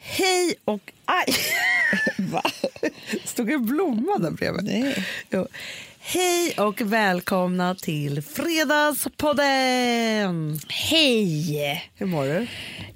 Hej och aj! Va? Stod en blomma där bredvid? Nej. Jo. Hej och välkomna till Fredagspodden! Hej! Hur mår du?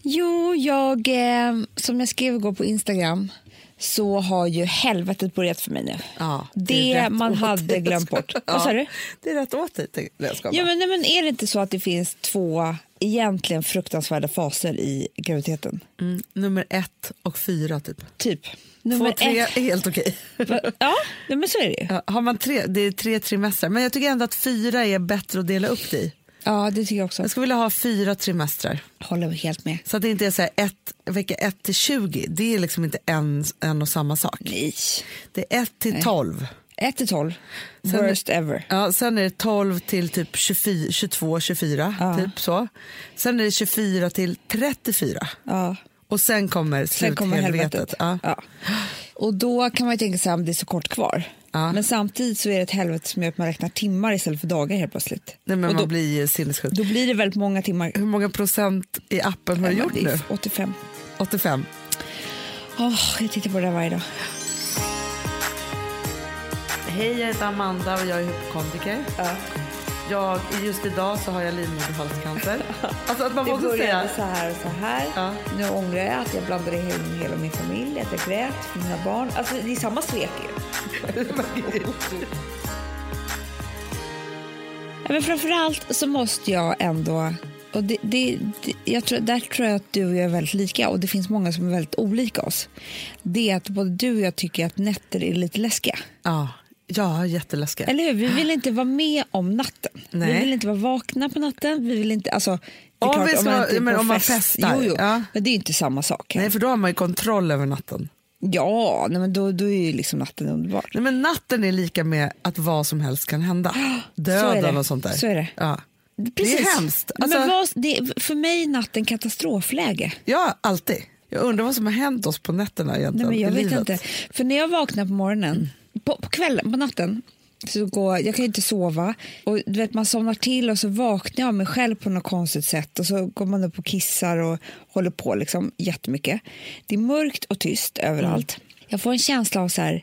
Jo, jag, eh, som jag skrev igår på Instagram så har ju helvetet börjat för mig nu. Ja, det är rätt man åt hade dig. glömt bort. Ja, Vad sa du? Det är rätt åt dig. tänkte jag. Jag skojar Ja, bara. men, nej, men är det inte så att det finns två egentligen fruktansvärda faser i graviditeten? mm, nummer ett och fyra, typ. Typ. Två, tre är helt okej. Va- Ja, nej, men så är det ju. Ja, har man tre, det är tre trimestrar, men jag tycker ändå att fyra är bättre att dela upp det i. Ja, det tycker jag också. Jag skulle vilja ha fyra trimestrar. Håller helt med. Så att det inte är så här ett, vecka 1 till 20, det är liksom inte en, en och samma sak. Nej. Det är 1 till 12. 1 till 12. Sen- Worst ever. Ja, sen är det 12 till typ 24, 22, 24. Ja. Typ så. Sen är det 24 till 34. Ja. Och sen kommer Sen kommer sluthelvetet. helvetet. Ja. Ja. Och då kan man ju tänka sig att det är så kort kvar. Ja. Men samtidigt så är det ett helvete som gör att man räknar timmar istället för dagar helt plötsligt. Nej, men Och då, man blir ju sinnessjuk. då blir det väldigt många timmar. Hur många procent i appen har du gjort Det är nu? 85. 85. Åh, jag tittar på det där varje dag. Hej, jag heter Amanda och jag är hypokondriker. Ja. Jag, just idag så har jag livmoderhalscancer. Alltså att man får Det också säga... började så här och så här. Ja. Nu ångrar jag att jag blandade in hela min familj, att jag grät för mina barn. Alltså det är samma svek ju. Ja, men framförallt så måste jag ändå... Och det, det, det, jag tror, där tror jag att du och jag är väldigt lika och det finns många som är väldigt olika oss. Det är att både du och jag tycker att nätter är lite läskiga. Ja, ja jätteläskiga. Eller hur? Vi vill inte vara med om natten. Nej. Vi vill inte vara vakna på natten. Vi vill inte... Alltså, det är Om klart, vi ska- man inte är men på om man fest- festar, Jo, jo. ja. Men det är ju inte samma sak. Nej, för då har man ju kontroll över natten. Ja, nej, men då, då är ju liksom natten underbar. Nej, men natten är lika med att vad som helst kan hända. Så är Döden det. och sånt där. Så är det. Ja. Det Precis. är hemskt. Men Alltså, vad, det, för mig är natten katastrofläge. Ja, alltid. Jag undrar vad som har hänt oss på nätterna Nej, egentligen. men jag i vet livet. inte. För när jag vaknar på morgonen, på, på kvällen, på natten, så går, jag kan ju inte sova. Och du vet, man somnar till och så vaknar jag av mig själv på något konstigt sätt. Och så går man upp och kissar och håller på liksom jättemycket. Det är mörkt och tyst överallt. Mm. Jag får en känsla av så här,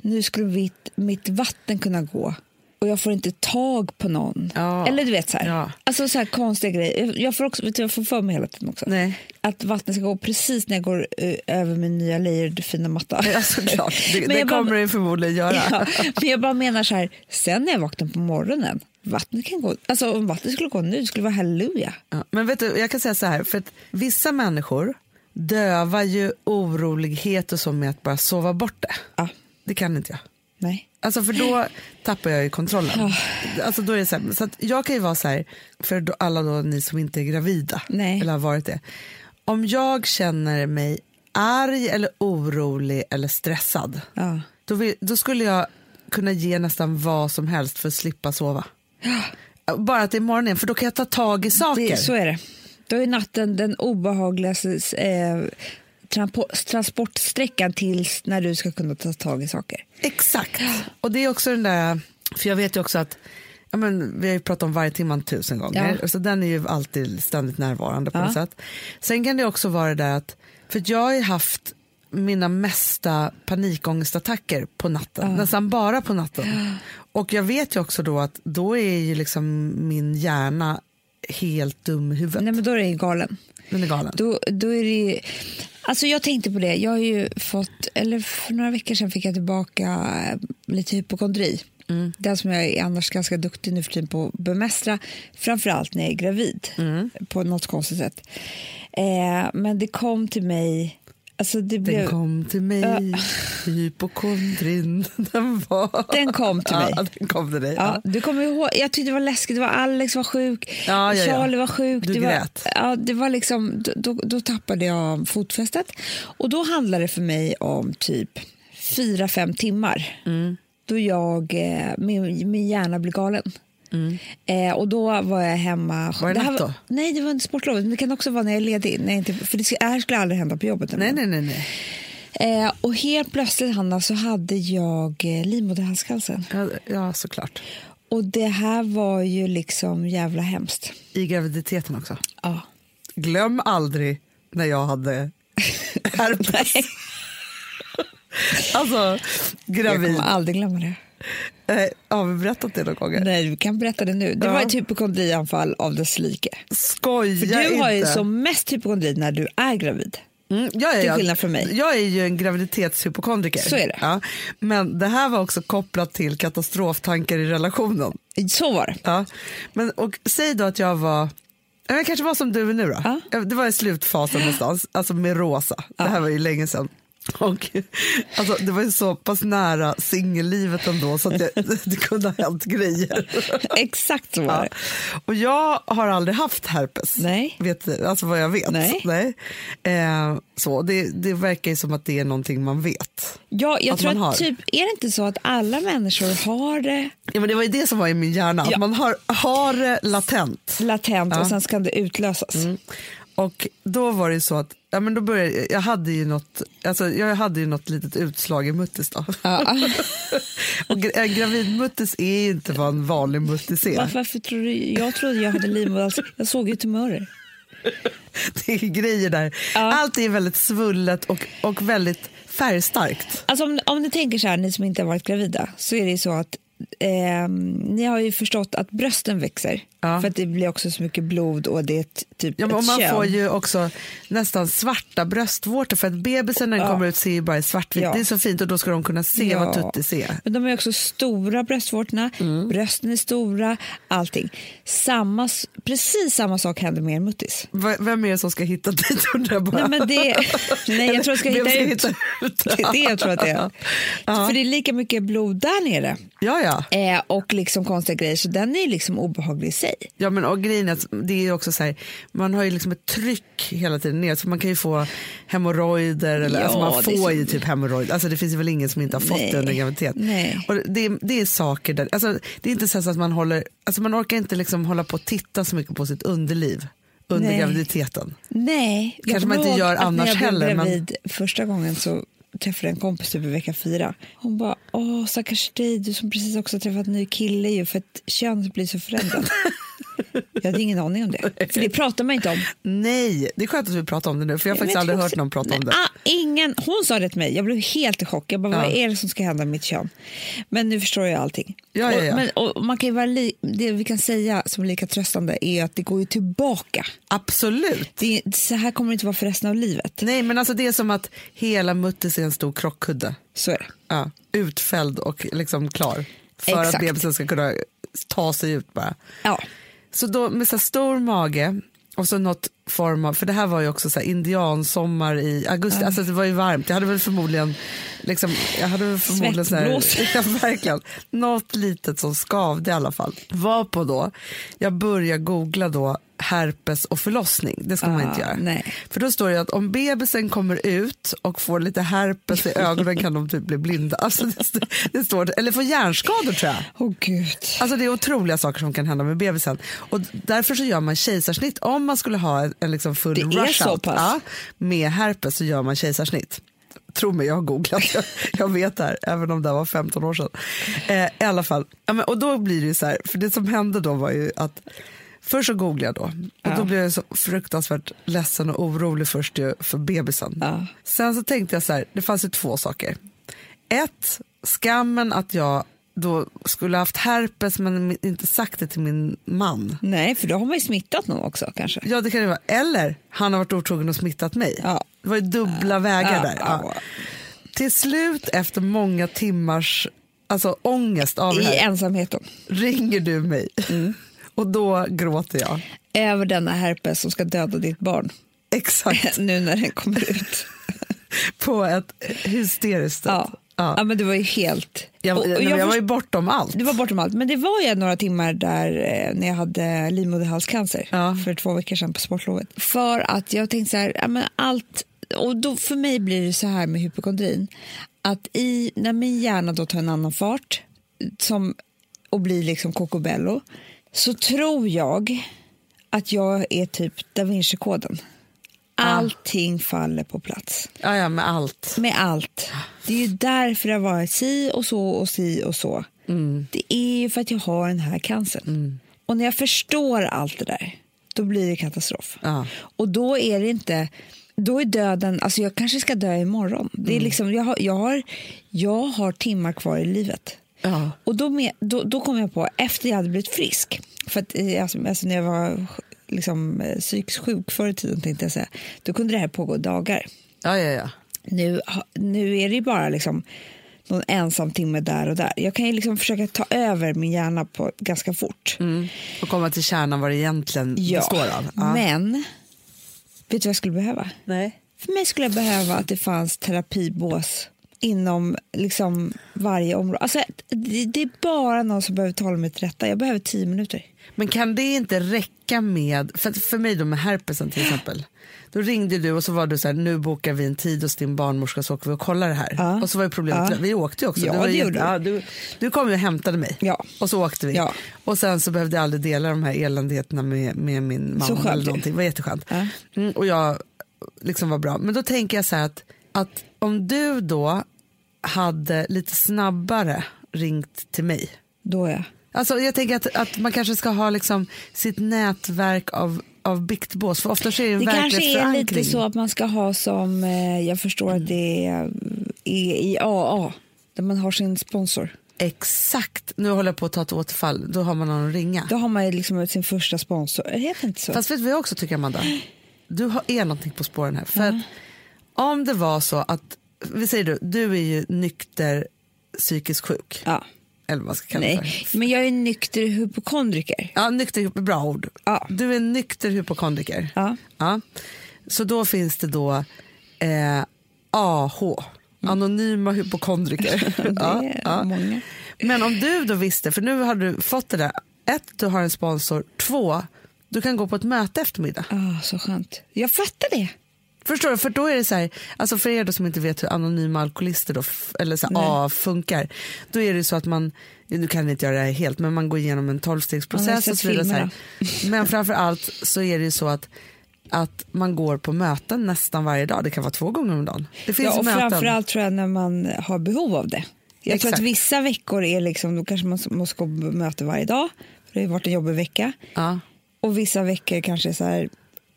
nu skulle mitt, mitt vatten kunna gå. Och jag får inte tag på någon. Ja. Eller du vet så här, Ja. alltså så här konstiga grejer. Jag får, också, vet du, jag får för mig hela tiden också Nej. att vattnet ska gå precis när jag går eh, över min nya layered fina matta. Ja, såklart. Det, det jag bara- kommer det förmodligen göra. Ja, men jag bara menar så här, sen när jag vaknar på morgonen, vattnet kan gå, alltså om vattnet skulle gå nu, det skulle vara halleluja. Ja, Men vet du, jag kan säga så här, för att vissa människor dövar ju orolighet och så med att bara sova bort det. Ja, Det kan inte jag. nej. Alltså för då tappar jag ju kontrollen. Alltså då är det så här, så att jag kan ju vara så här, för då, alla då ni som inte är gravida Nej. eller har varit det. Om jag känner mig arg eller orolig eller stressad, Ja. då, vill, då skulle jag kunna ge nästan vad som helst för att slippa sova. Bara att det är morgonen, för då kan jag ta tag i saker. Det, så är det. Då är natten den obehagligaste eh, trampo- transportsträckan tills när du ska kunna ta tag i saker. Exakt. Och det är också den där, för jag vet ju också att Ja, men vi har ju pratat om varje timman tusen gånger, Ja. så den är ju alltid ständigt närvarande på Ja. något sätt. Sen kan det också vara det där att, för att jag har ju haft mina mesta panikångestattacker på natten, nästan bara på natten. Och jag vet ju också då att då är ju liksom min hjärna helt dum i huvudet. Nej men då är det ju galen. Den är galen. Då, då är det ju... Alltså jag tänkte på det, jag har ju fått, eller för några veckor sedan fick jag tillbaka eh, lite hypokondri. Mm. Den som jag är annars ganska duktig nu för tiden på att bemästra, framförallt när jag är gravid Mm. på något konstigt sätt. Eh, men det kom till mig, alltså det Den blev, kom till mig, hypokondrin, den var... den kom till mig. Ja, den kom till dig. Ja, du kommer ihåg, jag tyckte det var läskigt, det var Alex var sjuk, Ja, ja, ja. Charlie var sjuk. Du det var, grät. Ja, det var liksom, då- då, då tappade jag fotfästet. Och då handlade det för mig om typ fyra fem timmar. Då jag, eh, min, min hjärna blev galen. Eh, och då var jag hemma. Mm. Var det här natt då? Nej, det var under sportlovet. Men det kan också vara när jag är ledig. Nej, inte, för det ska- det här skulle aldrig hända på jobbet. Nej, nej, nej. nej. Eh, och helt plötsligt, Hanna, så hade jag eh, livmoderhalscancer. Ja, ja, såklart. Och det här var ju liksom jävla hemskt. I graviditeten också. Ja. Glöm aldrig när jag hade herpes. Nej, Alltså, jag gravid. kommer aldrig glömma det. Eh, har vi berättat det några gånger? Nej, du kan berätta det nu. Det Ja. var ett hypokondrianfall av dess like. Skoja För du har ju inte. som mest hypokondri när du är gravid. Mm, jag är, Till skillnad från mig. Jag är ju en graviditetshypokondriker. Så är det. Ja. Men det här var också kopplat till katastroftankar i relationen. Så var det. Ja. Men, och säg då att jag var, ja, jag kanske var som du är nu då. Ja. Ja, Det var i slutfasen någonstans, alltså med Rosa. Det här var ju länge sedan. Och, alltså, det var ju så pass nära singellivet ändå så att jag, det kunde ha hänt grejer. Exakt så var Ja. det. Och jag har aldrig haft herpes. Nej. Vet, du, alltså vad jag vet. Nej. Eh, så det, det verkar ju som att det är någonting man vet. Ja, jag Att tror man har. att typ, är det inte så att alla människor har det Ja, men det var ju det som var i min hjärna. att Ja. Man har, har det latent. latent och sen ska det utlösas? Mm. Och då var det ju så att ja, men då började, jag- jag, hade ju något, alltså, jag hade ju något litet utslag i muttis. Då. Ja. Och gra- en gravidmuttis är ju inte vad en vanlig muttis är. Varför, varför tror du, jag trodde jag hade livmoderhalscancer. Jag såg ju tumörer. Det är grejer där. Ja. Allt är väldigt svullet och, och väldigt färgstarkt. Alltså om, om ni tänker så här, ni som inte har varit gravida, så är det ju så att ehm, ni har ju förstått att brösten växer. Ja. För att det blir också så mycket blod och det är ett, typ Ja, men och ett man kön. får ju också nästan svarta bröstvårtor för att bebisen när den Ja. kommer ut ser ju bara i svartvitt. Ja. Det är så fint och då ska de kunna se vad tuttis är. Men de är också stora bröstvårtorna, Mm. brösten är stora, allting. Samma, s- precis samma sak händer med er muttis. V- Vem är det som ska hitta dit undrar jag bara. Nej, men det, nej jag tror jag ska Vem hitta ska ut. hitta ut? Det är det jag tror att det är. Ja. För det är lika mycket blod där nere Ja, ja. eh, och liksom konstiga grejer, så den är ju liksom obehaglig i sig. ja men, och grejen är att det är ju också så här, man har ju liksom ett tryck hela tiden ner så man kan ju få hemorrojder eller Ja, alltså man det är får så- ju typ hemorrojder. Alltså det finns ju väl ingen som inte har fått Nej. det under graviditet. Nej. Och det, det är saker där, alltså, det är inte så att man håller, alltså man orkar inte liksom hålla på och titta så mycket på sitt underliv under Nej. graviditeten. Nej, jag Kanske man inte kommer ihåg gör att annars När heller, jag men- blev gravid första gången så träffade jag en kompis typ i vecka fyra. Hon bara, åh stackars dig, du som precis också har träffat en ny kille ju för att könet blir så förändrat. jag hade ingen aning om det, för det pratar man inte om. Nej, det är skönt att vi pratar om det nu för jag har Men faktiskt jag aldrig tror hört någon prata nej, om det. Ah, ingen, hon sa det till mig, jag blev helt i chock. Jag bara, Ja. vad är det som ska hända med mitt kön? Men nu förstår jag allting. Ja, ja, ja. Och, men, och man kan ju vara li- det vi kan säga som är lika tröstande är att det går ju tillbaka. Absolut. Det, är- så här kommer det inte vara för resten av livet. Nej men alltså det är som att hela muttis är en stor krockkudde. Så är det. Ja, utfälld och liksom klar. För att Exakt. bebisen ska kunna ta sig ut bara. Ja. Så då med så här stor mage och så något form av, för det här var ju också så här indiansommar i augusti, alltså det var ju varmt, jag hade väl förmodligen, liksom, jag hade väl förmodligen så här, Svettblåsor. ja, verkligen, något litet som skavde i alla fall. Var på då, jag börjar googla då herpes och förlossning, det ska man Ah, inte göra. nej. För då står det att om bebisen kommer ut och får lite herpes i ögonen kan de typ bli blinda, alltså det, st- det står, eller får hjärnskador tror jag. Åh gud. Alltså det är otroliga saker som kan hända med bebisen. Och därför så gör man kejsarsnitt om man skulle ha en, en liksom full Det är rush så out. pass. Ja, med herpes så gör man kejsarsnitt. Tro mig, jag har googlat. Jag, jag vet det här, även om det här var 15 år sedan. Eh, I alla fall, ja, men, och då blir det ju så här, för det som hände då var ju att Först så googlade jag då och då blev jag så fruktansvärt ledsen och orolig först ju för bebisen. Ja. Sen så tänkte jag så här, det fanns ju två saker. Ett, skammen att jag då skulle haft herpes men inte sagt det till min man. Nej, för då har man ju smittat någon också kanske. Ja det kan det vara. Eller han har varit otrogen och smittat mig. Ja. Det var ju dubbla vägar Ja, där. Ja. ja. Till slut efter många timmars alltså, ångest av det I Mm. här ensamheten. ringer du mig. Och då gråter jag. Över denna herpes som ska döda ditt barn. Exakt, nu när den kommer ut. på ett hysteriskt sätt. ja. Ja. Ja. men det var ju helt... Jag, och, och jag, jag jag var ju först- bortom allt. Det var bortom allt, men det var ju några timmar där eh, när jag hade livmoderhalscancer Ja. för två veckor sedan på sportlovet. För att jag tänkte så här, ja, men allt, och då för mig blir det så här med hypokondrin, att i, när min hjärna då tar en annan fart som, och blir liksom kokobello så tror jag att jag är typ da Vinci-koden. Allting faller på plats Ja, ja, med allt. med allt. Det är ju därför det har varit si och så och si och så. Det är ju för att jag har den här cancern. Och när jag förstår allt det där, då blir det katastrof. Ja. Och då är det inte... då är döden, alltså jag kanske ska dö imorgon. Det är liksom, jag, har, jag, har, jag har timmar kvar i livet. Ja. Och då, med, då, då kom jag på, efter jag hade blivit frisk, för att, eh, alltså, alltså när jag var liksom, eh, psykiskt sjuk förr i tiden, tänkte jag säga, då kunde det här pågå dagar. Ja, ja, ja. Nu, ha- nu är det ju bara liksom någon ensam timme där och där. Jag kan ju liksom försöka ta över min hjärna på ganska fort. Mm. Och komma till kärnan vad det egentligen består av. Ja. Men vet du vad jag skulle behöva? Nej. För mig skulle jag behöva att det fanns terapibås inom liksom varje område. Alltså, det, det är bara någon som behöver tala mig till rätta. Jag behöver tio minuter. Men kan det inte räcka med, för, för mig då med herpesen till exempel. Då ringde du och så var du så här, nu bokar vi en tid hos din barnmorska så åker vi och kollar det här. Ja. Och så var ju problemet, Ja. vi åkte ju också. Ja, var det jätte- gjorde vi. ja, du. Du kom ju och hämtade mig Ja. och så åkte vi. Ja. Och sen så behövde jag aldrig dela de här eländigheterna med, med min mamma Så skönt eller ju. någonting. Det var jätteskönt. Ja. Mm, och jag liksom var bra. Men då tänker jag så här att, att om du då hade lite snabbare ringt till mig Då är jag. Alltså, jag tänker att, att man kanske ska ha liksom sitt nätverk av, av biktbås. För ofta så är det en Det kanske är verklighetsförankring. lite så att man ska ha som, eh, jag förstår att det är, är i AA, där man har sin sponsor. Exakt. Nu håller jag på att ta ett återfall. Då har man någon att ringa. Då har man ju liksom sin första sponsor. Det heter inte så. Fast vet du vad jag också tycker, Amanda? Du har, är någonting på spåren här. För att om det var så att, vi säger du, du är ju nykter psykisk sjuk. ja. Eller vad man ska kalla det Nej. för. Men jag är nykter hypokondriker. Ja, nykter är bra ord. Ja. Du är nykter hypokondriker. Ja. Ja. Så då finns det då eh, AH, anonyma hypokondriker. ja, är ja. många. Men om du då visste, för nu har du fått det där, ett, du har en sponsor, två, du kan gå på ett möte eftermiddag. Ah, så skönt. Jag fattar det. Förstår du? För då är det så här, alltså för er då som inte vet hur anonyma alkoholister då, f- eller så här, A funkar, då är det ju så att man, nu kan ni inte göra det här helt, men man går igenom en Ja, jag har tolvstegsprocess sett och så vidare. Så här. Men framför allt så är det ju så att att man går på möten nästan varje dag. Det kan vara två gånger om dagen. Det finns Ja, och möten. framförallt tror jag när man har behov av det. Jag tror Exakt. att vissa veckor är liksom, då kanske man måste gå på möte varje dag. Det har ju varit en jobbig vecka. Ja. Och vissa veckor kanske är så här,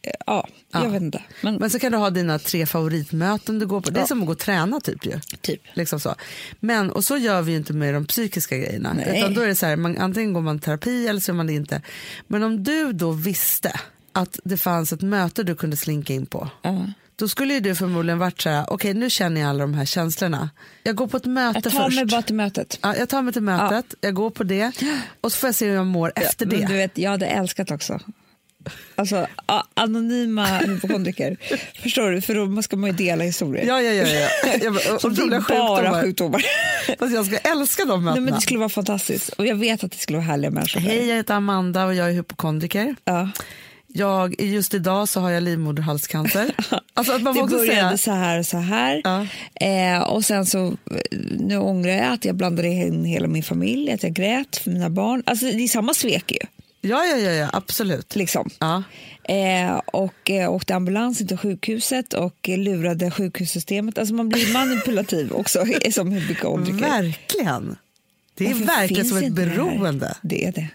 eh, ja, jag Ja. vet inte. Men, Men så kan du ha dina tre favoritmöten du går på. Det är Ja. som att gå och träna typ ju. typ. Liksom så. Men, och så gör vi ju inte med de psykiska grejerna. Nej. Utan då är det så här, man, antingen går man i terapi eller så gör man det inte. Men om du då visste att det fanns ett möte du kunde slinka in på. Ja. Då skulle ju du förmodligen varit så här, okej nu känner jag alla de här känslorna. Jag går på ett möte Jag tar först. mig bara till mötet. Ja, jag tar mig till mötet, jag går på det och så får jag se hur jag mår efter Men du det. vet, jag hade älskat också. Alltså a- anonyma hypokondriker. Förstår du? För då ska man ju dela historier. Ja, ja, ja. ja. Jag bara, och det är bara otroliga sjukdomar. sjukdomar. Fast jag ska älska de Nej, mötena. men det skulle vara fantastiskt. Och jag vet att det skulle vara härliga människor. Hej, jag heter Amanda och jag är hypokondriker. Ja. Jag, just idag så har jag livmoderhalscancer. Alltså att man får Det också säga, började så här och så här. Ja. Eh, och sen så, eh, nu ångrar jag att jag blandade in hela min familj, att jag grät för mina barn. Alltså det är samma svek ju. ja, ja, ja, ja, absolut. Liksom. Ja. Eh, och eh, åkte ambulansen till sjukhuset och eh, lurade sjukhussystemet. Alltså man blir manipulativ också som hypokondriker. Verkligen. Det är Varför verkligen finns som ett inte det här? beroende. Det är det.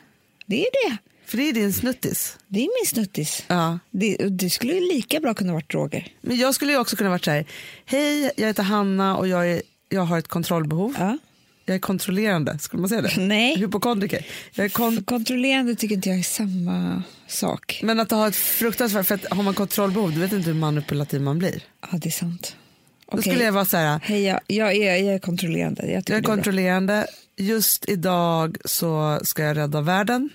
Det är det. För det är din snuttis. Det är min snuttis. Ja. Det, det skulle ju lika bra kunna varit droger. Men jag skulle ju också kunna varit så här, hej, jag heter Hanna och jag, är, jag har ett kontrollbehov. Ja. Jag är kontrollerande, skulle man säga det? Nej. Hypokondriker. Jag är kon- För kontrollerande tycker inte jag är samma sak. men att ha ett fruktansvärt, för att har man kontrollbehov, du vet inte hur manipulativ man blir. Ja, det är sant. Då Okej. skulle jag vara så här, Hej, jag, jag, är, jag är kontrollerande. Jag tycker jag är det är bra. kontrollerande, just idag så ska jag rädda världen.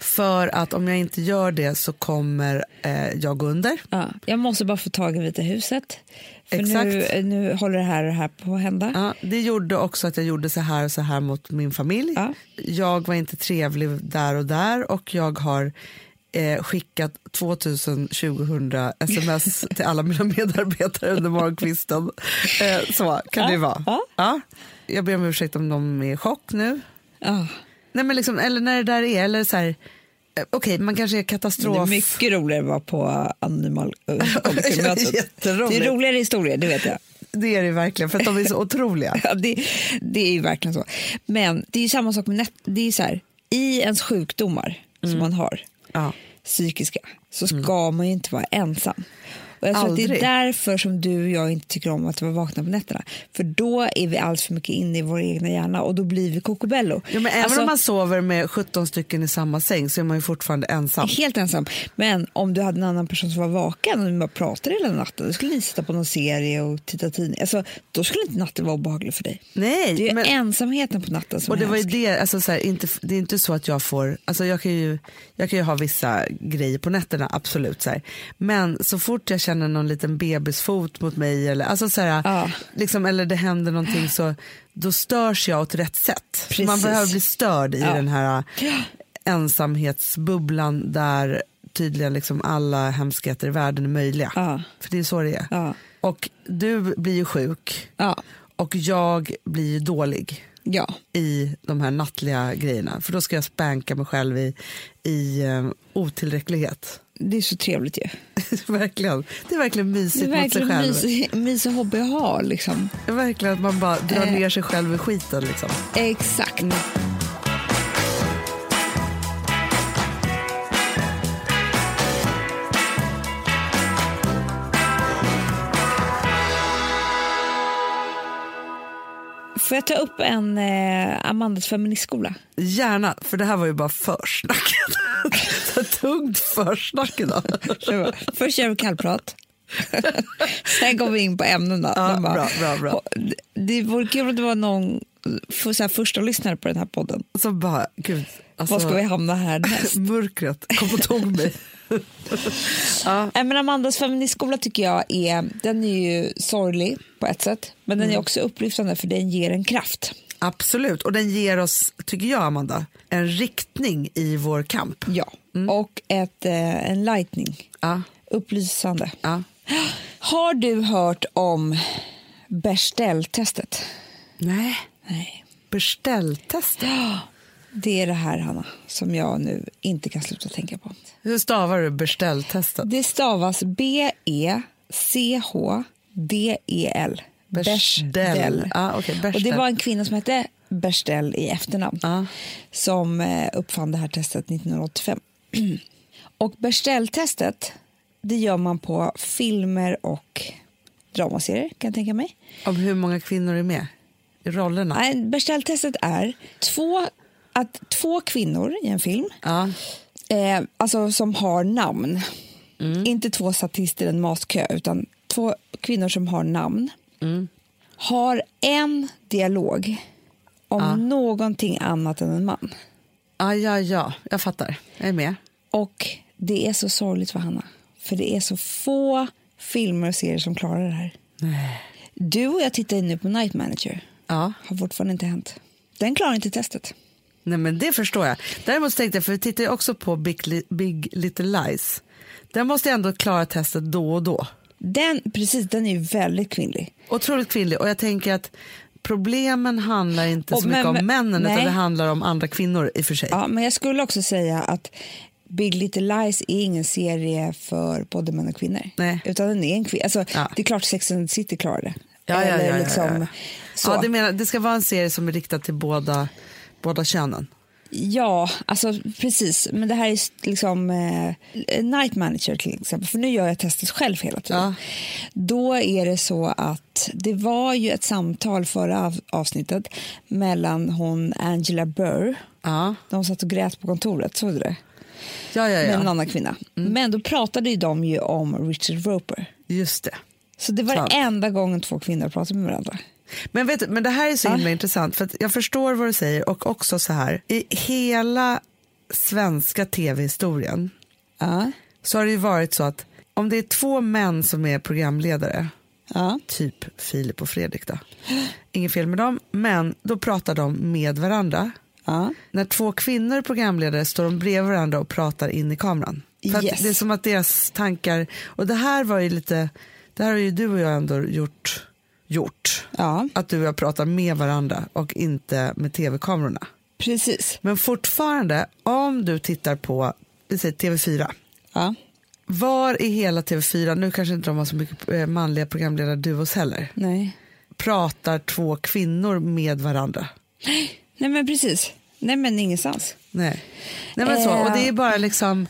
För att om jag inte gör det så kommer eh, jag gå under. Ja, jag måste bara få tag i Vita huset. För Nu, Exakt. nu håller det här och det här på att hända. Ja, det gjorde också att jag gjorde så här och så här mot min familj. Ja. Jag var inte trevlig där och där och jag har eh, skickat 2000 2000 sms till alla mina medarbetare under morgonkvisten. Eh, så kan det vara. ja. Ja. Jag ber om ursäkt om de är i chock nu. Ja. Nej, men liksom, eller när det där är, eller så här, eh, okej man kanske är Men Det är katastrof. mycket roligare att vara på anonymal äh, komikermötet. Jätteroligt. Det är roligare historier, det vet jag. Det är det verkligen för att de är så otroliga. Ja, det, det är ju verkligen så. Men det är ju samma sak med net, det är ju så här, i ens Mm. sjukdomar som man har, Ja. psykiska, så ska man ju inte vara ensam. Och jag tror att det Mm. Aldrig. är därför som du och jag inte tycker om att vara vakna på nätterna. För då är vi alls för mycket inne i vår egna hjärna och då blir vi kokobello. Ja, men även Alltså- om man sover med 17 stycken i samma säng så är man ju fortfarande ensam. Helt ensam. Men om du hade en annan person som var vaken och ni bara pratade hela natten, då skulle ni sitta på någon serie och titta tidning. Alltså, då skulle inte natten vara obehaglig för dig. Nej, Det är ju men, ensamheten på natten som och det är var ju hemsk. det, alltså så här, inte, det är inte så att jag får, alltså jag kan ju, jag kan ju ha vissa grejer på nätterna, absolut. Så här. Men så fort jag känner någon liten bebisfot mot mig eller, alltså så här, Ja. liksom, eller det händer någonting så då störs jag åt rätt sätt. Precis. Man behöver bli störd i Ja. den här ensamhetsbubblan där tydligen liksom alla hemskheter i världen är möjliga. Ja. För det är så det är. Ja. Och du blir ju sjuk Ja. och jag blir ju dålig ja. i de här nattliga grejerna. För då ska jag spänka mig själv i, i eh, otillräcklighet. Det är så trevligt ju. verkligen. Det är verkligen Det är mysigt mot sig verkligen själv. mysig mys hobby att ha. Liksom. Det är verkligen att man bara drar Eh. ner sig själv i skiten. Liksom. Exakt. Får jag ta upp en eh, Amandas feministskola? Gärna, för det här var ju bara försnack. Så tungt försnack idag. Så bara, Först gör vi kallprat. Sen går vi in på ämnena. Ja, Man bara, bra, bra, bra. "Det- Det vore kul om det var någon för, så här, första lyssnare på den här podden. Så bara, gud. Alltså, Var ska vi hamna härnäst? Mörkret kom och tog mig. Nej, men Amandas feministskola tycker jag är, den är ju sorglig på ett sätt. Men den är också upplyftande för den ger en kraft. Absolut, och den ger oss, tycker jag Amanda, en riktning i vår kamp. Ja. Mm. Och ett, eh, en lightning. Ja, Upplysande. ja. Har du hört om Bechdel-testet? Nej, Nej. beställtestet. Det är det här, Hanna, som jag nu inte kan sluta tänka på. Hur stavar du beställtestet? Det stavas E B-E-C-H-D-E-L. Bechdel. Ja, okej, Och det Bechdel. var en kvinna som hette Bechdel i efternamn Ja. som eh, uppfann det här testet 1985. och Bechdel-testet det gör man på filmer och dramaserier, kan jag tänka mig. Om hur många kvinnor är med i rollerna? Nej, Bechdel-testet är två, att två kvinnor i en film Ja. eh, alltså som har namn. Inte två statister i en maskö, utan två kvinnor som har namn. Har en dialog om någonting annat än en man. Ja, ja, ja, jag fattar. Jag är med. Och det är så sorgligt för Hanna. För det är så få filmer och serier som klarar det här. Du och jag tittar ju nu på Night Manager. Ja. Har fortfarande inte hänt. Den klarar inte testet. Nej, men det förstår jag. Däremot tänkte jag, för vi tittar ju också på Big, Li- Big Little Lies. Den måste ju ändå klara testet då och då. Den, precis, den är ju väldigt kvinnlig. Otroligt kvinnlig. Och jag tänker att problemen handlar inte Och så mycket men- om männen nej. utan det handlar om andra kvinnor i och för sig. Ja, men jag skulle också säga att Big Little Lies är ingen serie för både män och kvinnor. Nej. Utan den är en kvin- alltså, Ja. Det är klart Sex and the City klarar det. Ja, ja, ja, ja, liksom ja, ja. så. Ja, det, menar, det ska vara en serie som är riktad till båda, båda könen. Ja, alltså precis. Men det här är s- liksom eh, night manager till exempel, för nu gör jag testet själv hela tiden. Ja. Då är det så att det var ju ett samtal förra av- avsnittet mellan hon Angela Burr, Ja, de satt och grät på kontoret, såg du det? ja, ja. Med en ja. annan kvinna. Men då pratade ju de ju om Richard Roper. Just det. Så det var Sant. enda gången två kvinnor pratade med varandra. Men, vet du, men det här är så himla intressant för att jag förstår vad du säger och också så här i hela svenska tv-historien Ja, så har det ju varit så att om det är två män som är programledare ja, typ Filip och Fredrik då inget fel med dem men då pratar de med varandra ja. när två kvinnor är programledare står de bredvid varandra och pratar in i kameran. För att Yes. Det är som att deras tankar, och det här var ju lite, det här har ju du och jag ändå gjort, gjort. ja. Att du och jag pratar med varandra och inte med tv-kamerorna. precis. Men fortfarande, om du tittar på, vi säger TV4, Ja. var i hela TV4, nu kanske inte de har så mycket eh, manliga programledarduos heller, Nej. pratar två kvinnor med varandra? Nej, men precis. Nej, men ingenstans. Nej, Nej men så, Eh. och det är bara liksom,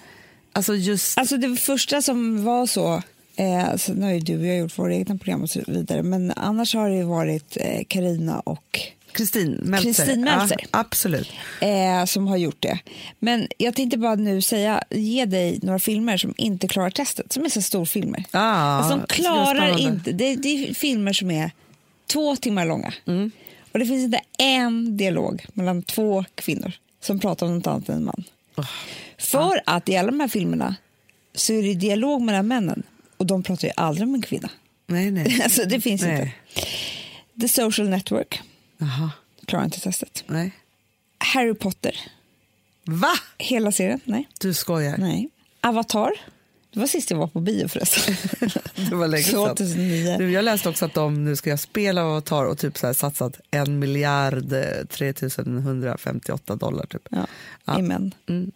alltså just Alltså det första som var så Eh, sen har ju du och jag gjort våra egna program och så vidare. Men annars har det ju varit Karina och Kristin Meltzer. Kristin Meltzer. Ja, absolut. eh, som har gjort det. Men jag tänkte bara nu säga, ge dig några filmer som inte klarar testet, som är så storfilmer. Ja, alltså, de det Ah, ska bli klarar spännande. inte, det, det är filmer som är två timmar långa. Mm. Och det finns inte en dialog mellan två kvinnor som pratar om något annat än en man. För att i alla de här filmerna så är det dialog mellan männen och de pratar ju aldrig om en kvinna. Nej, nej. Alltså det finns inte. nej. The Social Network Jaha, klarar inte testet. nej. Harry Potter, Va? hela serien, nej. Du skojar. Nej. Avatar. Det var sist jag var på bio förresten. Det var länge sedan. 2009. Du, jag läste också att de nu ska jag spela Avatar och typ så här satsat en miljard eh, 3158 dollar. Typ. Ja, Amen. Mm.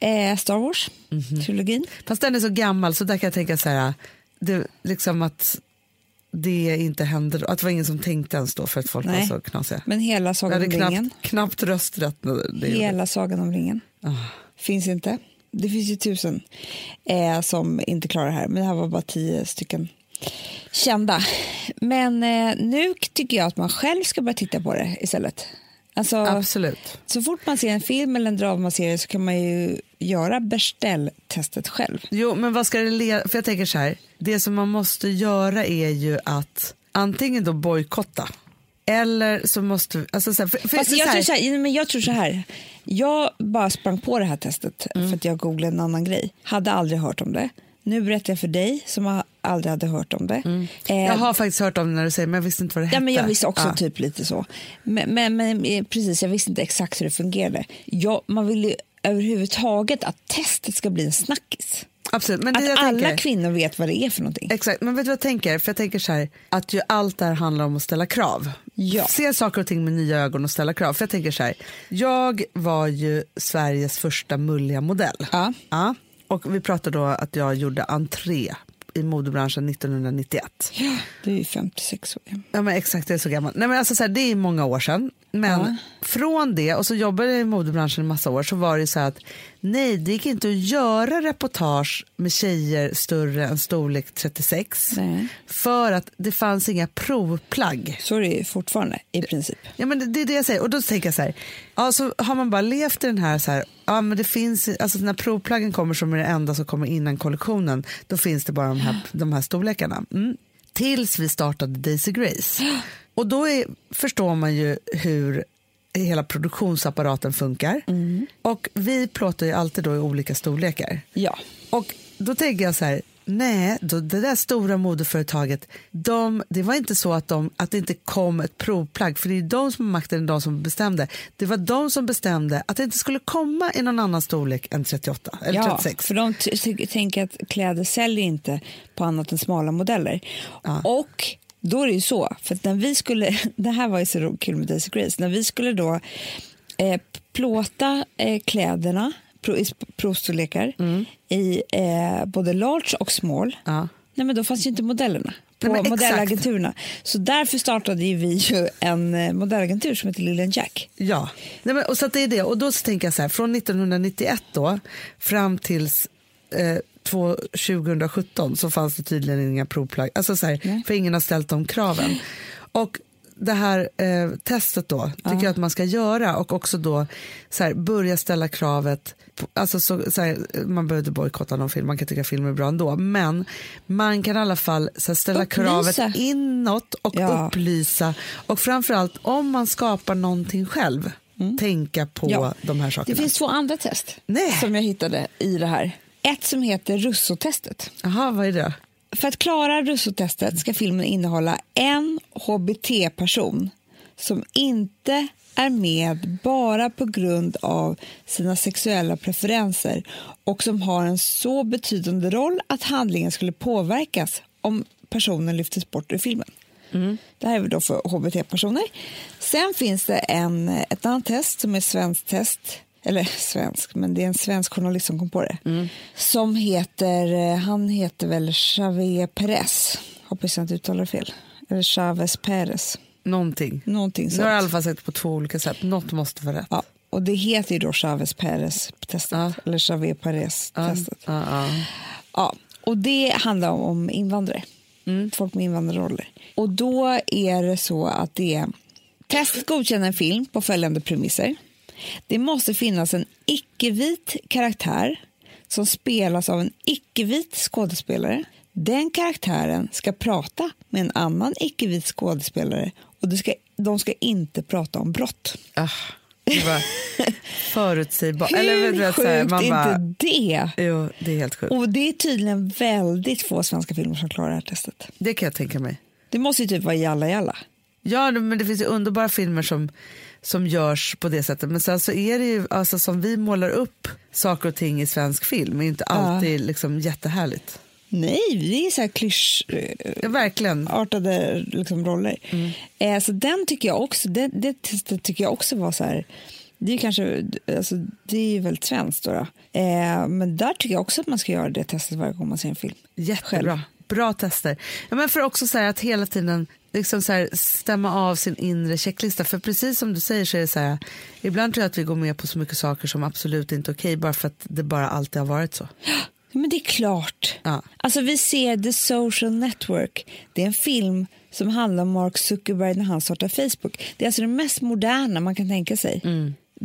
Eh, Star Wars, Mhm. trilogin. Fast den är så gammal så där kan jag tänka så här, det, liksom att det inte hände, att det var ingen som tänkte ens då för att folk var Nej. så knasiga. Men hela Jag Sagan hade om ringen. knappt, knappt rösträtt. När det gjorde. Hela Sagan om ringen. Ah. Finns inte. Det finns ju tusen eh, som inte klarar det här, men det här var bara tio stycken kända. Men eh, nu tycker jag att man själv ska börja titta på det istället. Alltså, Absolut. så fort man ser en film eller en dramaserie så kan man ju göra beställtestet själv. Jo, men vad ska det leda För jag tänker så här, det som man måste göra är ju att antingen då bojkotta eller så måste vi, alltså så här, för, för, Fast för jag, så här, tror så här, nej, men jag tror så här. Jag bara sprang på det här testet Mm. för att jag googlade en annan grej. Hade aldrig hört om det. Nu berättar jag för dig som har- aldrig hade hört om det. Eh, Mm. jag har faktiskt hört om det när du säger men jag visste inte vad det hette. Ja, men jag visste också Ja. typ lite så. Men, men, men eh, precis, jag visste inte exakt hur det fungerade. Ja, man vill ju överhuvudtaget att testet ska bli en snackis. Absolut, men det jag att alla tänker, kvinnor vet vad det är för någonting. Exakt, men vet du vad jag tänker? För jag tänker så här, att ju allt det här handlar om att ställa krav. Ja. Se saker och ting med nya ögon och ställa krav. För jag tänker så här, jag var ju Sveriges första mulliga modell. Ja. Ja, och vi pratade då att jag gjorde entré i modebranschen 1991. Ja, du är ju 56 år. ja. Ja men exakt, det är så gammalt. Nej men alltså så här, det är många år sedan. Men Ja. från det, och så jobbade jag i modebranschen en massa år, så var det så här att nej det gick inte att göra reportage med tjejer större än storlek 36. Nej. För att det fanns inga provplagg. Så är det ju fortfarande i Eh. princip. Ja, men det, det är det jag säger. Och då tänker jag så här, ja, så har man bara levt i den här, så här ja, men det finns, alltså när provplaggen kommer som är det enda som kommer innan kollektionen, då finns det bara de här, de här storlekarna. Mm. Tills vi startade Daisy Grace. Och då är, förstår man ju hur hela produktionsapparaten funkar. Och vi plåtar ju alltid då i olika storlekar. Ja. Och då tänker jag så här, nej, då, det där stora modeföretaget, de, det var inte så att, de, att det inte kom ett provplagg, för det är ju de som har makten, de som bestämde. Det var de som bestämde att det inte skulle komma i någon annan storlek än 38 eller ja, 36. för de t- ty- tänker att kläder säljer inte på annat än smala modeller. Och då är det ju så, för att när vi skulle, det här var ju så ro- kul med Daisy Grace, när vi skulle då eh, plåta eh, kläderna pro, i sp- provstorlekar i eh, både large och small, Mm. Ja. nej men då fanns ju inte modellerna på Nej, men exakt. modellagenturerna. Så därför startade ju vi ju en eh, modellagentur som heter Lillian Jack. Ja, Nej, men, och så att det är det. Och då så tänker jag så här, från 1991 då fram tills eh, två- 2017 så fanns det tydligen inga provplagg, alltså så här, för ingen har ställt de kraven. Och det här eh, testet då tycker jag att man ska göra och också då så här, börja ställa kravet, på, alltså så, så här, man behöver inte bojkotta någon film, man kan tycka filmer är bra ändå, men man kan i alla fall så här, ställa Upplysa. kravet inåt och Ja. upplysa och framförallt om man skapar någonting själv tänka på Mm. Ja. de här Det sakerna. finns två andra test Nej. som jag hittade i det här. Ett som heter russotestet. Jaha, vad är det? För att klara russotestet ska filmen innehålla en hbt-person som inte är med bara på grund av sina sexuella preferenser och som har en så betydande roll att handlingen skulle påverkas om personen lyftes bort ur filmen. Det här är väl då för hbt-personer. Sen finns det en, ett annat test som är svenskt test. Eller svensk, men det är en svensk journalist som kom på det. Mm. Som heter, eh, han heter väl Javier Perez. Hoppas jag inte uttalar fel. Eller Chavez Perez. Någonting. Någonting Nu har jag i alla sånt. fall sagt på två olika sätt, något måste vara rätt. Ja, och det heter ju då Chavez Perez-testet. Ja. Ah, Eller Javier Perez-testet. Ja, ja. Ja, Och det handlar om, om invandrare. Mm. Folk med invandrarroller. Och då är det så att det är testet godkänner en film på följande premisser. Det måste finnas en icke-vit karaktär som spelas av en icke-vit skådespelare. Den karaktären ska prata med en annan icke-vit skådespelare och det ska, de ska inte prata om brott. Ah, det var förutsägbart. Hur Eller, du vet, så här, sjukt man är bara, inte det? Jo, det är helt sjukt. Och det är tydligen väldigt få svenska filmer som klarar det här testet. Det kan jag tänka mig. Det måste ju typ vara Jalla Jalla. Ja, men det finns ju underbara filmer som, som görs på det sättet. Men sen så är det ju, alltså som vi målar upp saker och ting i svensk film, är ju inte alltid liksom jättehärligt. Nej, det är så här klyschartade Ja, verkligen. liksom, roller. Eh, så den tycker jag också, det, det testet tycker jag också var så här, det är ju kanske, alltså, det är ju väldigt svenskt då. då. Eh, men där tycker jag också att man ska göra det testet varje gång man ser en film. Jättebra. Bra tester. Ja, men för också så här att hela tiden liksom så här stämma av sin inre checklista. För precis som du säger så är det så här, ibland tror jag att vi går med på så mycket saker som absolut inte är okej bara för att det bara alltid har varit så. Ja, Men det är klart. Ja. Alltså vi ser The Social Network. Det är en film som handlar om Mark Zuckerberg när han startar Facebook. Det är alltså det mest moderna man kan tänka sig.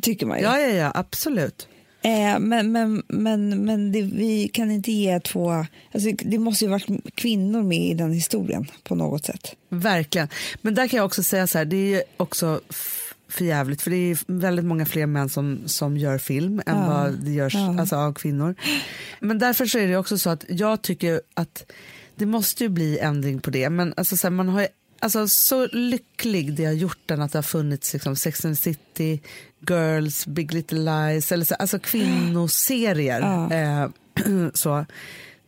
Tycker man ju. Ja, ja, ja, absolut. Eh, men men, men, men det, vi kan inte ge två... Alltså, det måste ju varit kvinnor med i den historien på något sätt. Verkligen. Men där kan jag också säga så här, det är ju också f- för jävligt för det är ju väldigt många fler män som, som gör film än vad det görs alltså, av kvinnor. Men därför så är det också så att jag tycker att det måste ju bli ändring på det. Men alltså, så här, man har ju, alltså, så lycklig det har gjort den att det har funnits liksom, Sex and the City, Girls, Big Little Lies, eller så, alltså kvinnoserier. Eh, så.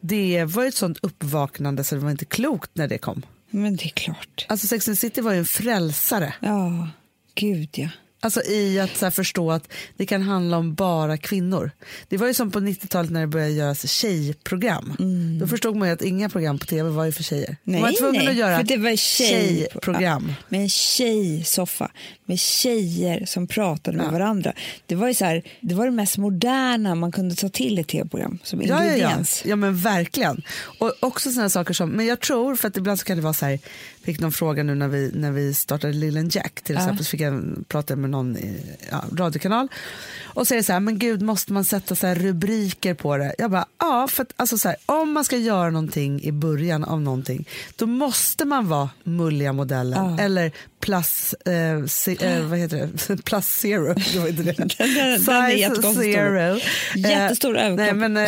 Det var ju ett sånt uppvaknande så det var inte klokt när det kom. Men det är klart. Alltså Sex and the City var ju en frälsare. Ja, gud ja. Alltså i att så här förstå att det kan handla om bara kvinnor. Det var ju som på 90-talet när det började göras tjejprogram. Då förstod man ju att inga program på tv var ju för tjejer. Mm. Nej, man var tvungen nej, att göra för det var tjej- tjejprogram. Ja, med en tjejsoffa, med tjejer som pratade med varandra. Det var ju så här, det var det mest moderna man kunde ta till i ett tv-program som Ja, ja, ja. ingrediens. ja, men verkligen. Och också sådana saker som, men jag tror, för att ibland så kan det vara så här, fick någon fråga nu när vi, när vi startade Lillen Jack till exempel, så fick jag prata med någon i, ja, radiokanal och så är det så här, men gud måste man sätta så här rubriker på det? Jag bara, ja, för att alltså så här, om man ska göra någonting i början av någonting, då måste man vara mulliga modellen eller plus, eh, se, eh, vad heter det, plus zero, det var inte det. Den- den är Size jättekonstig. zero. Jättestor Eh, överkropp. Nej, men,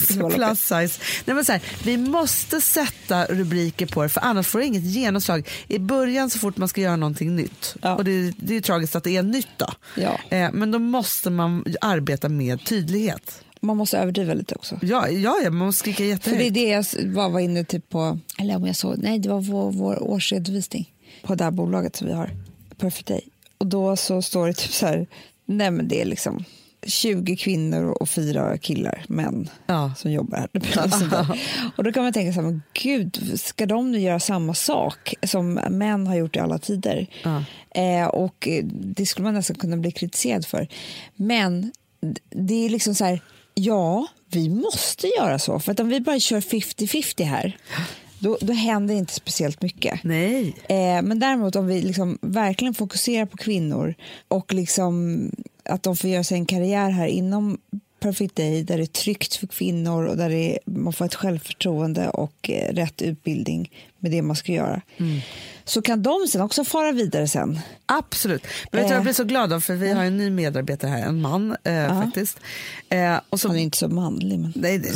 Små ben. eh, plus size. Nej, men så här, vi måste sätta rubriker på det för annars får det inget genomslag. I början så fort man ska göra någonting nytt, Ja. och det, är- det är ju tragiskt att det är nytt då, Ja. eh, men då måste man arbeta med tydlighet. Man måste överdriva lite också. Ja, ja, ja man måste skrika För det är jättehögt. det jag s- var, var inne typ på, eller om jag såg, nej det var vår, vår årsredovisning på det här bolaget som vi har, Perfect Day. Och då så står det typ så här, nej men det är liksom 20 kvinnor och fyra killar, män, Ja. som jobbar här. Och sånt där. och då kan man tänka så här, men gud, ska de nu göra samma sak som män har gjort i alla tider? Ja. Eh, och eh, det skulle man nästan kunna bli kritiserad för. Men d- det är liksom så här, ja, vi måste göra så. För att om vi bara kör 50-50 här, då, då händer inte speciellt mycket. Nej, Eh, men däremot om vi liksom verkligen fokuserar på kvinnor och liksom att de får göra sig en karriär här inom Perfect Day där det är tryggt för kvinnor och där det är, man får ett självförtroende och eh, rätt utbildning med det man ska göra. Så kan de sen också fara vidare sen. absolut. Men vet du, Eh. jag blir så glad av, för vi har en ny medarbetare här, en man eh, faktiskt. Eh, och så, Han är inte så manlig men... Nej, det,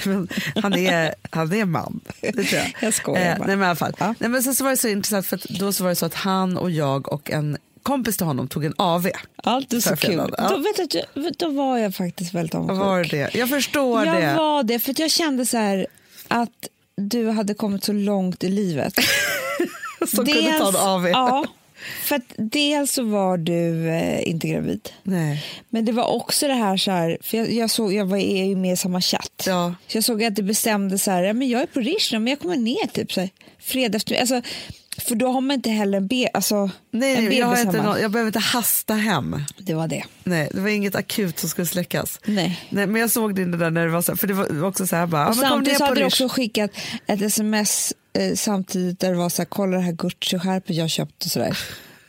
men han, är, han är man. Det tror jag. Eh, Jag skojar bara. nej, men i alla fall. Ja. Nej, men sen så var det så intressant för att då så var det så att han och jag och en kompis till honom tog en AV. Ja, det är så kul. Förfredad, ja. Då, vet du, då var jag faktiskt väldigt avundsjuk. Var det? Jag förstår jag det. var det, för att jag kände så här att du hade kommit så långt i livet. Som kunde ta en AV. Ja, för att dels så var du eh, inte gravid. Nej. Men det var också det här, så här för jag, jag, såg, jag var är ju med i samma chatt. Ja. Så jag såg att det bestämde så här, ja, men jag är på Rishna men jag kommer ner typ så här, fredag efter, alltså, För då har man inte heller en, be, alltså, en Nej, bebis jag, har inte hemma. någon, jag behöver inte hasta hem. Det var det. Nej, det var inget akut som skulle släckas. Nej. Nej, men jag såg din det där när det var så, för det var också så här bara, ja, Och men kom ner samtidigt så på hade du Rish. också skickat ett sms eh, samtidigt där det var så här, kolla det här Gucci-skärpet jag köpt och sådär.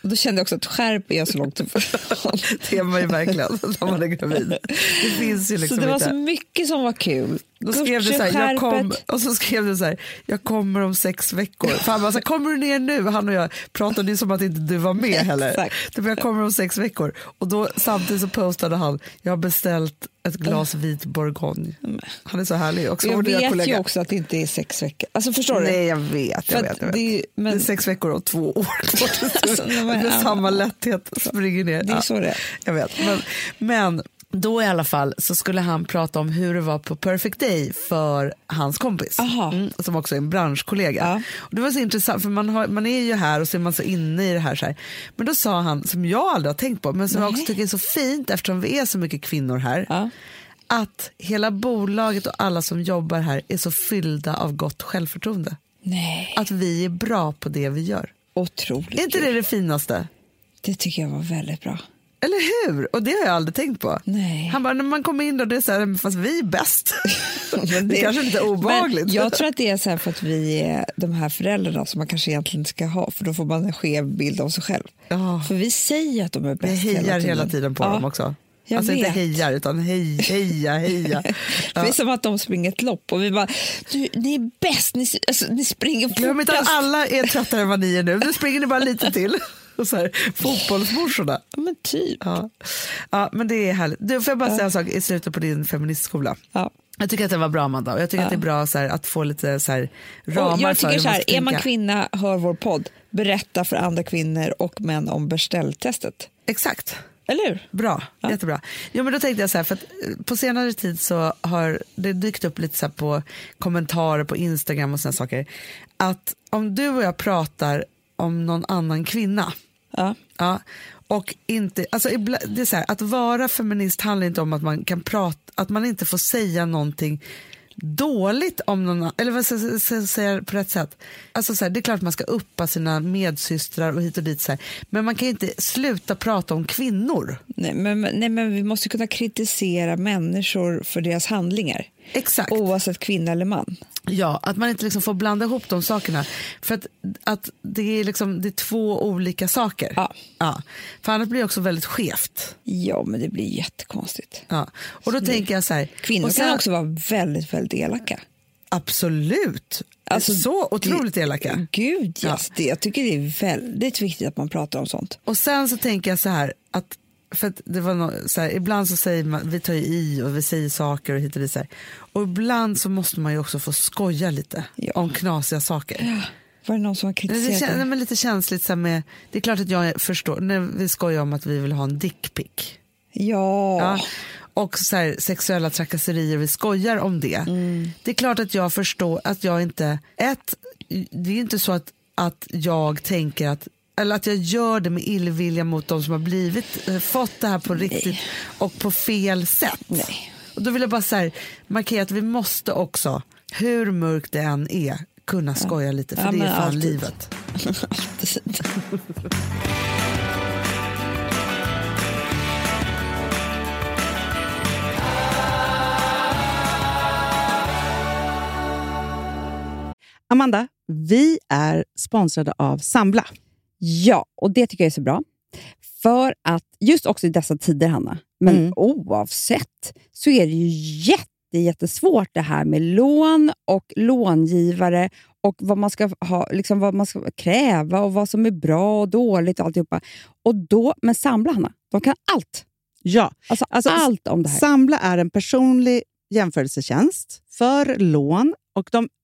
Och då kände jag också att skärp är jag så långt ifrån. Det var ju verkligen när man är gravid. Det finns ju liksom så det var inte. så mycket som var kul. Då skrev du så här, jag kom, och så skrev du så här, jag kommer om sex veckor. För han bara, så här, kommer du ner nu? Han och jag pratade ju som att inte du var med heller. Exakt. Du bara, jag kommer om sex veckor. Och då samtidigt så postade han, jag har beställt ett glas vit bourgogne. Han är så härlig också. vår Mm. Jag nya vet ju kollega. också att det inte är sex veckor. Alltså förstår du? Nej jag vet, För jag att vet. Jag vet. det är ju- men- Det är sex veckor och två år kvar tills Alltså, du det var- med samma lätthet springer ner. Det är Ja. så det är. Jag vet. Men, men då i alla fall så skulle han prata om hur det var på Perfect Day för hans kompis. Aha. Mm, som också är en branschkollega. Ja. Och det var så intressant för man, har, man är ju här och så är man så inne i det här, så här. Men då sa han, som jag aldrig har tänkt på, men som jag Nej. också tycker är så fint eftersom vi är så mycket kvinnor här. Ja. Att hela bolaget och alla som jobbar här är så fyllda av gott självförtroende. Nej, Att vi är bra på det vi gör. otroligt Är inte kul. det det finaste? Det tycker jag var väldigt bra. Eller hur? Och det har jag aldrig tänkt på. Nej. Han bara, när man kommer in då, det är så här, fast vi är bäst. det, kanske inte är obehagligt. Men jag tror att det är så här för att vi är de här föräldrarna som man kanske egentligen inte ska ha för då får man en skev bild av sig själv. Ja. För vi säger att de är Jag bäst hejar hela tiden, på Ja. dem också. Jag alltså inte vet. hejar, utan hej, heja, heja. Det är ja. som att de springer ett lopp och vi bara, du, ni är bäst, ni, alltså, ni springer Glöm inte att fortast. alla är tröttare än vad ni är nu. Nu springer ni bara lite till. Och så här, fotbollsmorsorna. Ja, men typ. Ja. ja, men det är härligt. Du, får jag bara säga en sak i slutet på din feministskola? Ja. Jag tycker att det var bra Amanda och jag tycker att det är bra så här, att få lite så här, ramar Och jag för tycker hur så här, ska är man tänka. kvinna, hör vår podd, berätta för andra kvinnor och män om beställtestet. Exakt. Eller hur? Bra, jättebra. Jo, men då tänkte jag så här, för att eh, på senare tid så har det dykt upp lite så här på kommentarer på Instagram och såna saker, att om du och jag pratar om någon annan kvinna, Ja. ja, och inte, alltså ibla- det är så här, att vara feminist handlar inte om att man kan prata, att man inte får säga någonting dåligt om någon annan, eller vad ska jag ska jag säga på rätt sätt? Alltså så här, det är klart man ska uppa sina medsystrar och hit och dit så här, men man kan inte sluta prata om kvinnor. Nej, men, men- nej, men vi måste kunna kritisera människor för deras handlingar. Exakt. Oavsett kvinna eller man. Ja, att man inte liksom får blanda ihop de sakerna. För att, att det, är liksom, det är två olika saker. Ja. För annars blir det också väldigt skevt. Ja, men det blir jättekonstigt. Ja. Och då tänker jag så här. Kvinnor och sen, kan också vara väldigt, väldigt elaka. Absolut. Alltså, så otroligt elaka. Gud, Ja. yes, det, jag tycker det är väldigt viktigt att man pratar om sånt. Och sen så tänker jag så här. Att, för att det var nå- så här, ibland så säger man, vi tar ju i och vi säger saker och hit och dit. Så här. Och ibland så måste man ju också få skoja lite Ja. om knasiga saker. Var det någon som har Nej, Det kritiserat känns det? nej, men lite känsligt. Så här med, det är klart att jag förstår. När vi skojar om att vi vill ha en dickpic. Ja. Ja. Och så här, sexuella trakasserier, vi skojar om det. Mm. Det är klart att jag förstår att jag inte... Ett, det är ju inte så att, att jag tänker att eller att jag gör det med illvilja mot de som har blivit, eh, fått det här på riktigt och på fel sätt. Nej. Och då vill jag bara så här, markera att vi måste också, hur mörkt det än är, kunna skoja lite. För Ja, det är men fan alltid. livet. Precis. Amanda, vi är sponsrade av Sambla. Ja, och det tycker jag är så bra. För att just också i dessa tider, Hanna, men Mm. oavsett så är det ju jätte, jättesvårt det här med lån och långivare och vad man ska ha, liksom vad man ska kräva och vad som är bra och dåligt och alltihopa. Och då, men samla, Hanna, de kan allt. Ja, Alltså, Alltså, allt om det här. Sambla är en personlig jämförelsetjänst för lån och de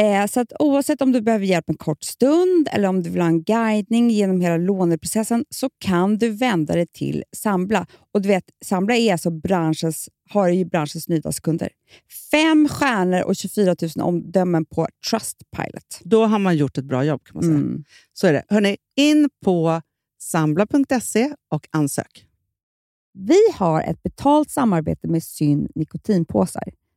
Eh, så att oavsett om du behöver hjälp en kort stund eller om du vill ha en guidning genom hela låneprocessen så kan du vända dig till Sambla. Och du vet, Sambla är alltså branschens, har ju branschens nyaste kunder. Fem stjärnor och 24 000 omdömen på Trustpilot. Då har man gjort ett bra jobb kan man säga. Mm. Så är det. Hörrni, in på sambla.se och ansök. Vi har ett betalt samarbete med Syn nikotinpåsar.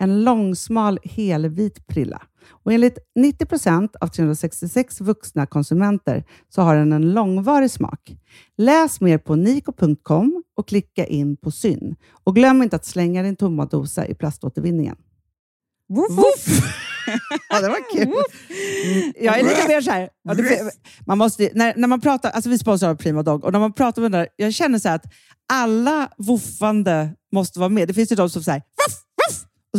En långsmal helvit prilla. Och enligt 90 procent av 366 vuxna konsumenter så har den en långvarig smak. Läs mer på niko.com och klicka in på Syn. Och glöm inte att slänga din tomma dosa i plaståtervinningen. Woof, Ja, det var kul. Mm, Jag är lite mer så här. Ja, det, man måste, ju- när, när man pratar, alltså vi sponsrar av Prima Dog och när man pratar med den där, jag känner så här att alla voffande måste vara med. Det finns ju de som säger voff, voff, och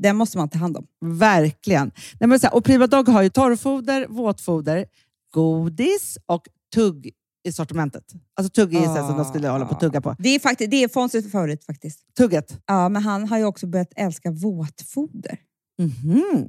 den måste man ta hand om. Verkligen. Nej, men så här, och Prima Dog har ju torrfoder, våtfoder, godis och tugg i sortimentet. Alltså tugg är ju så här som de skulle hålla på att tugga på. Det är, faktiskt, det är Fonzies favorit faktiskt. Tugget. Ja, men han har ju också börjat älska våtfoder. Mhm.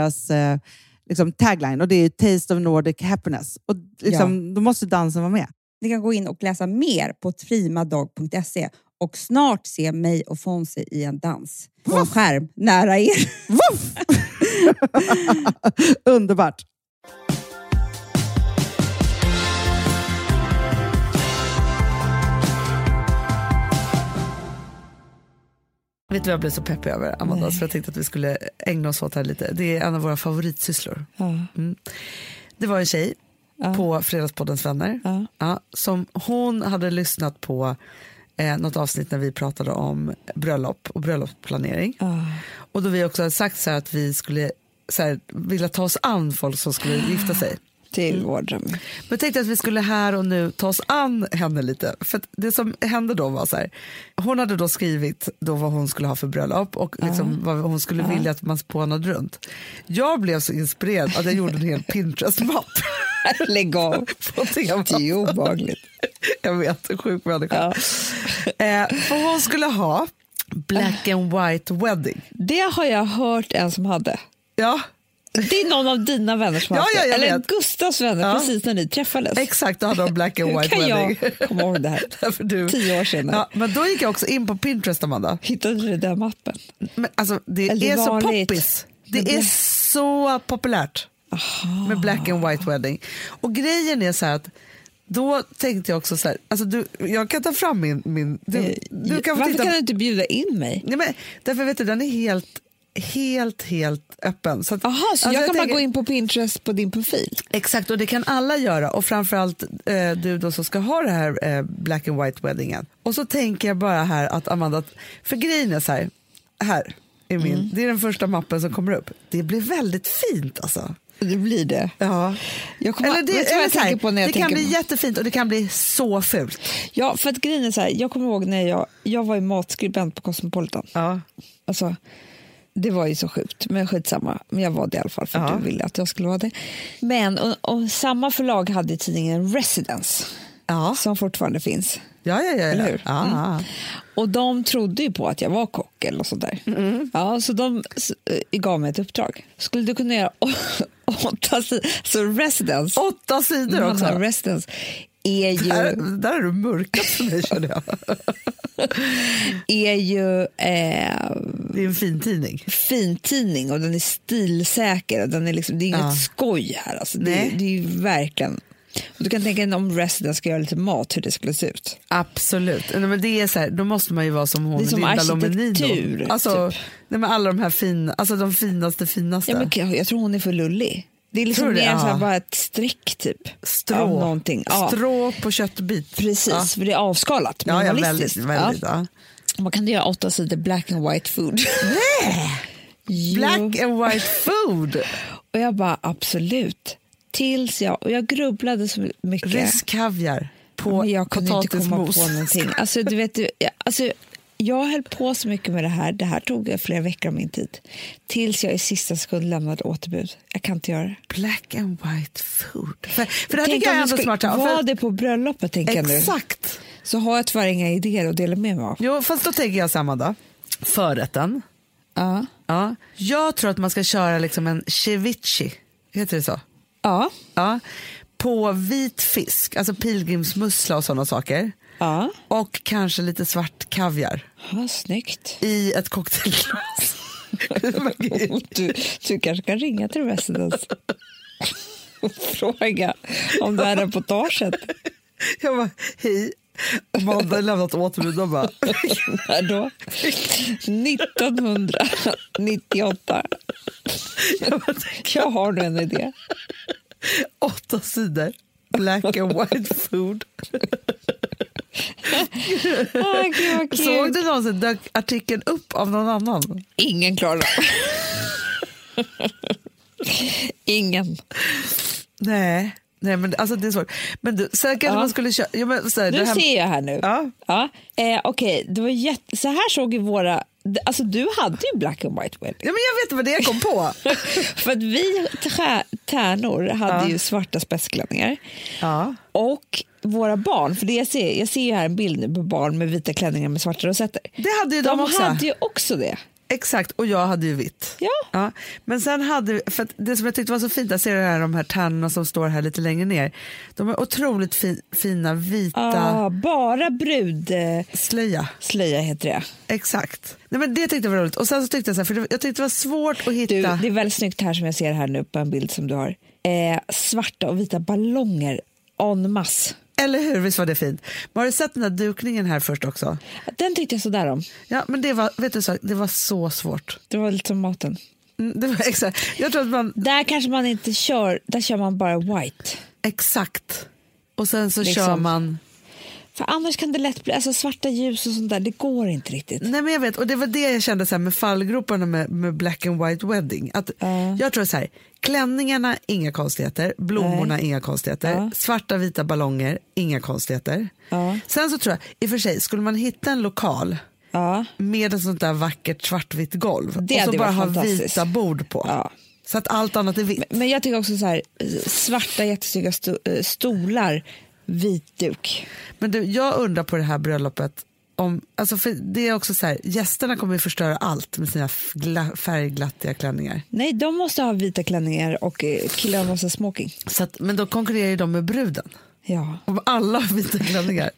eh, liksom tagline och det är ju Taste of Nordic Happiness. Och liksom, Då måste dansen vara med. Ni kan gå in och läsa mer på trimadag.se och snart se mig och Fonzie i en dans på en skärm nära er. Underbart! Vet du vad jag blev så peppig över, Amanda? Nej. För jag tänkte att vi skulle ägna oss åt det här lite. Det är en av våra favoritsysslor. Ja, Det var en tjej Ja. på Fredagspoddens vänner ja. ja, som hon hade lyssnat på eh, något avsnitt när vi pratade om bröllop och bröllopsplanering. Och då vi också hade sagt så här att vi skulle så här, vilja ta oss an folk som skulle gifta sig. Till vår dröm. Men jag tänkte att vi skulle här och nu ta oss an henne lite. För att det som hände då var så här. Hon hade då skrivit då vad hon skulle ha för bröllop och liksom vad hon skulle vilja att man spånade runt. Jag blev så inspirerad att jag gjorde en hel Pinterest-mapp Lägg av. på temat. Det är ju obehagligt. Jag vet, en sjuk människa. Eh, för hon skulle ha black and white wedding. Det har jag hört en som hade. Ja, Det är någon av dina vänner som Ja, har haft ja, det. jag Eller vet. Gustavs vänner, Ja. precis när ni träffades. exakt, då hade hon black and Hur white kan wedding. jag komma ihåg det här? Därför du... Tio år senare. Ja, men då gick jag också in på Pinterest, Amanda. Hittade du den där mappen? Men alltså, det Eller det är så vanligt. poppis. Men Det är det- Ah. så populärt med black and white wedding. Och grejen är så här att då tänkte jag också så här, alltså du, jag kan ta fram min, min du, du kan få Eh, Varför titta. kan du inte bjuda in mig? Nej, men, därför vet du, den är helt, helt, helt öppen. Så att, Jaha, så alltså, jag, kan tänker- bara gå in på Pinterest på din profil? Exakt, och det kan alla göra. Och framförallt eh, du då som ska ha det här eh, black and white weddingen. Och så tänker jag bara här att Amanda, att- för grejen är så här, här är min, Mm. det är den första mappen som kommer upp. Det blir väldigt fint alltså. Det blir det. Ja. Jag kommer- eller det, vet du vad eller jag så här, tänker på när jag det tänker kan bli på- jättefint och det kan bli så fult. Ja, för att grejen är så här, jag kommer ihåg när jag, jag var ju matskribent på Cosmopolitan. Ja. Alltså, det var ju så sjukt, men skitsamma. Men jag var det i alla fall, för Ja. du ville att jag skulle vara det. Men och, och samma förlag hade ju tidningen Residence, Ja. som fortfarande finns. Ja, ja, Ah. ja. ja. Eller hur? Mm. Ja, ja. Och de trodde ju på att jag var kock eller något sånt där. Ja, så de s- eh, gav mig ett uppdrag. Skulle du kunna göra å- åtta sidor? Så residence, Åtta sidor också. Hanna, residence är Mm. ju, Där, där har du mörkat för mig känner jag. är ju eh, Det är en fin tidning. fintidning och den är stilsäker. Och den är liksom, det är inget Ja. skoj här. Alltså. Nej. Det, det är ju verkligen... Och du kan tänka dig om residence ska göra lite mat, hur det skulle se ut. Absolut. Nej, men det är så här, då måste man ju vara som hon, Det är som Linda arkitektur, Lomenino. Alltså, typ. nej, men alla de här fina, alltså de finaste finaste. Ja, men jag jag tror hon är för lullig. Det är liksom Tror mer du det? så här, Ja. bara ett streck typ. Av Strå. någonting. Ja, Strå på köttbit. precis, Ja. för det är avskalat. Ja, ja, minimalistiskt. väldigt, väldigt. Ja. Ja. Man kan göra åtta sidor black and white food. Nej! Black and white food. Och jag bara absolut. Tills jag, och jag grubblade så mycket. Rysk kaviar på Men jag kunde inte komma potatismos. på någonting. Alltså, du vet, du, jag- alltså, jag höll på så mycket med det här. Det här tog flera veckor av min tid. Tills jag i sista sekund lämnade återbud. Jag kan inte göra det. Black and white food. För, för det här Tänk tycker jag om är jag ändå skulle smart. ja, vara För, det på bröllopet, tänker jag nu. exakt. Så har jag tyvärr inga idéer att dela med mig av. Jo, fast då tänker jag samma då. Förrätten. Ja. Ja. Jag tror att man ska köra liksom en ceviche, heter det så? Ja. Ja. På vit fisk, alltså pilgrimsmussla och sådana saker. Ja. Och kanske lite svart kaviar ja snyggt. i ett cocktailglas. Du, du kanske kan ringa till Residence och fråga om det här reportaget. jag bara, hej. Och man hade lämnat återbud. De bara, När då? 1998. Jag har nu en idé. åtta sidor. Black and white food. Ah, gud, vad kul. Såg du någonsin dök artikeln upp av någon annan? Ingen klarar det. Ingen. Nej, nej men alltså det är svårt. Men du, sen kanske Ja. man skulle köra... Ja, men, så här, Nu det här, ser jag här nu. Ja. Ja. Eh, Okej, det var jätte... så här såg ju våra... Alltså du hade ju black and white Will. ja, men jag vet vad det jag kom på. För att vi trä- tärnor hade Ja. ju svarta spetsklänningar. ja. Och våra barn, för det jag ser, jag ser ju här en bild nu på barn med vita klänningar med svarta rosetter. Det hade ju de, De också. hade ju också det. Exakt, och jag hade ju vitt. Ja. Men sen hade vi, för att det som jag tyckte var så fint, där ser du här, de här tannorna som står här lite längre ner. De är otroligt fi, fina vita Ah, bara brudslöja slöja. heter det. Exakt. Nej, men det tyckte jag var roligt. Och sen så tyckte jag så här, för det, jag tyckte det var svårt att Du, hitta. det är väldigt snyggt här som jag ser här nu på en bild som du har. Eh, svarta och vita ballonger en masse. Eller hur, visst var det fint? Men har du sett den här dukningen här först också? Den tyckte jag sådär om. Ja, men det var, vet du, så, det var så svårt. Det var lite som maten. Mm, Det var exakt. Jag tror att man, Där kanske man inte kör, där kör man bara white. exakt. Och sen så Liksom. kör man För annars kan det lätt bli, alltså svarta ljus och sånt där, det går inte riktigt. Nej men jag vet, och det var det jag kände så här med fallgroparna med, med black and white wedding. Att Ja. Jag tror så här, klänningarna inga konstigheter, blommorna inga konstigheter, Ja. svarta vita ballonger inga konstigheter. Ja. Sen så tror jag, i och för sig, skulle man hitta en lokal Ja. med ett sånt där vackert svartvitt golv Det och så hade bara varit ha fantastiskt. vita bord på. Ja. Så att allt annat är vitt. Men jag tycker också så här, eh, svarta jättesnygga sto- eh, stolar, vit duk. Men du, jag undrar på det här bröllopet, om, alltså för det är också så här, gästerna kommer ju förstöra allt med sina f- gla- färgglattiga klänningar. Nej, de måste ha vita klänningar och eh, killarna måste ha smoking. Så att, men då konkurrerar ju de med bruden. Ja. Om alla har vita klänningar.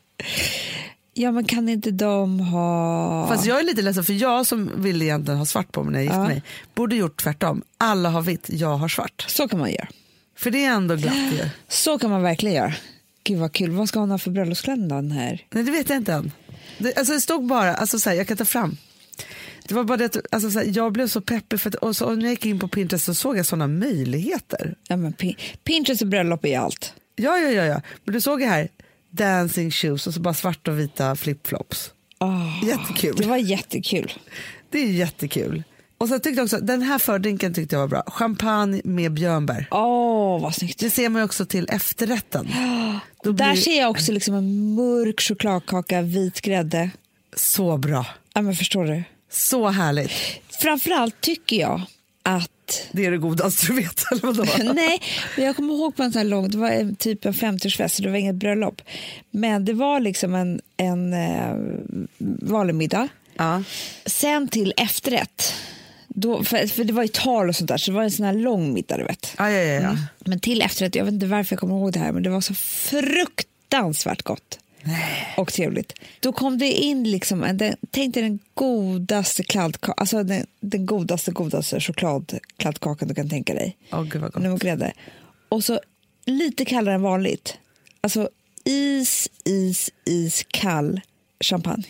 ja, men kan inte de ha... Fast jag är lite ledsen för jag som ville egentligen ha svart på mig när jag gifte Ja. mig borde gjort tvärtom. Alla har vitt, jag har svart. Så kan man göra. För det är ändå glatt ju. Så kan man verkligen göra. Gud vad kul. Vad ska hon ha för bröllopsklänning då, den här? Nej det vet jag inte än. Det, alltså det stod bara, alltså så här, jag kan ta fram. Det var bara det att alltså så här, jag blev så peppig för att, och så, och när jag gick in på Pinterest så såg jag sådana möjligheter. Ja, men Pin- Pinterest och bröllop är ju allt. Ja, ja, ja, ja. Men du såg ju här, dancing shoes och så bara svarta och vita flipflops. Ah, Jättekul. Det var jättekul. Det är jättekul. Och så tyckte jag också, den här fördrinken tyckte jag var bra. Champagne med björnbär. Åh, vad snyggt. Det ser man ju också till efterrätten. Då Där blir ser jag också liksom en mörk chokladkaka, vit grädde. så bra. Ja, men förstår du? Så härligt. Framförallt tycker jag att Det är det godaste du vet, eller vadå? Nej, men jag kommer ihåg på en sån här lång, det var en typ en 50-årsfest, så det var inget bröllop. Men det var liksom en, en eh, vanlig middag. Ja. Sen till efterrätt, då, för, för det var ju tal och sånt där, så det var en sån här lång middag du vet. Ja, ja, ja, ja. Men till efterrätt, jag vet inte varför jag kommer ihåg det här, men det var så fruktansvärt gott. Och trevligt. Då kom det in, liksom en, den, tänk dig den godaste kladdkakan, alltså den, den godaste, godaste chokladkladdkakan du kan tänka dig. Åh, gud vad gott. Nu med grädde. Och så lite kallare än vanligt. Alltså is, is, is kall champagne.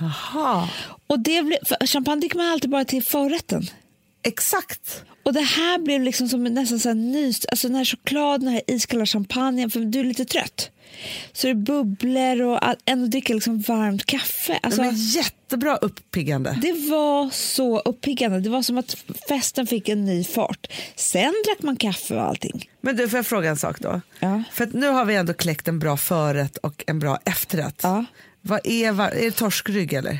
Jaha, Och det blev, för champagne dricker man alltid bara till förrätten. exakt. Och det här blev liksom som en- nästan så här nys, alltså den här chokladen, den här iskalla champagnen, för du är lite trött. Så det bubblar och all- ändå dricker liksom varmt kaffe. Alltså, Men jättebra uppiggande. det var så uppiggande. Det var som att festen fick en ny fart. Sen drack man kaffe och allting. Men du, får jag fråga en sak då? Ja. För att nu har vi ändå kläckt en bra förrätt och en bra efterrätt. Ja. Mm. Vad är, var- är det torskrygg eller?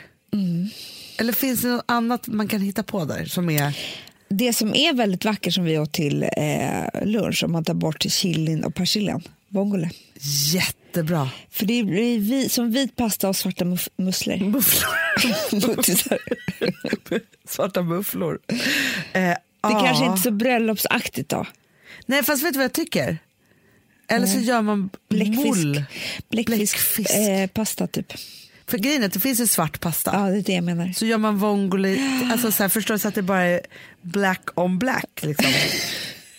Eller finns det något annat man kan hitta på där som är... Det som är väldigt vackert som vi åt till eh, lunch, om man tar bort chilin och persiljan, vongole. Jättebra. För det blir vi, som vit pasta och svarta muff- musslor. Mufflor. Muttisar. Svarta mufflor. Eh, det ja. kanske inte är så bröllopsaktigt då. Nej, fast vet du vad jag tycker? Eller så gör man moule. Bläckfisk. Bläckfisk. Bläckfisk. Eh, pasta typ. För grejen är att det finns ju svart pasta. Ja, det är det jag menar. Så gör man vongoli, alltså så här, förstår du, så att det bara är black on black liksom.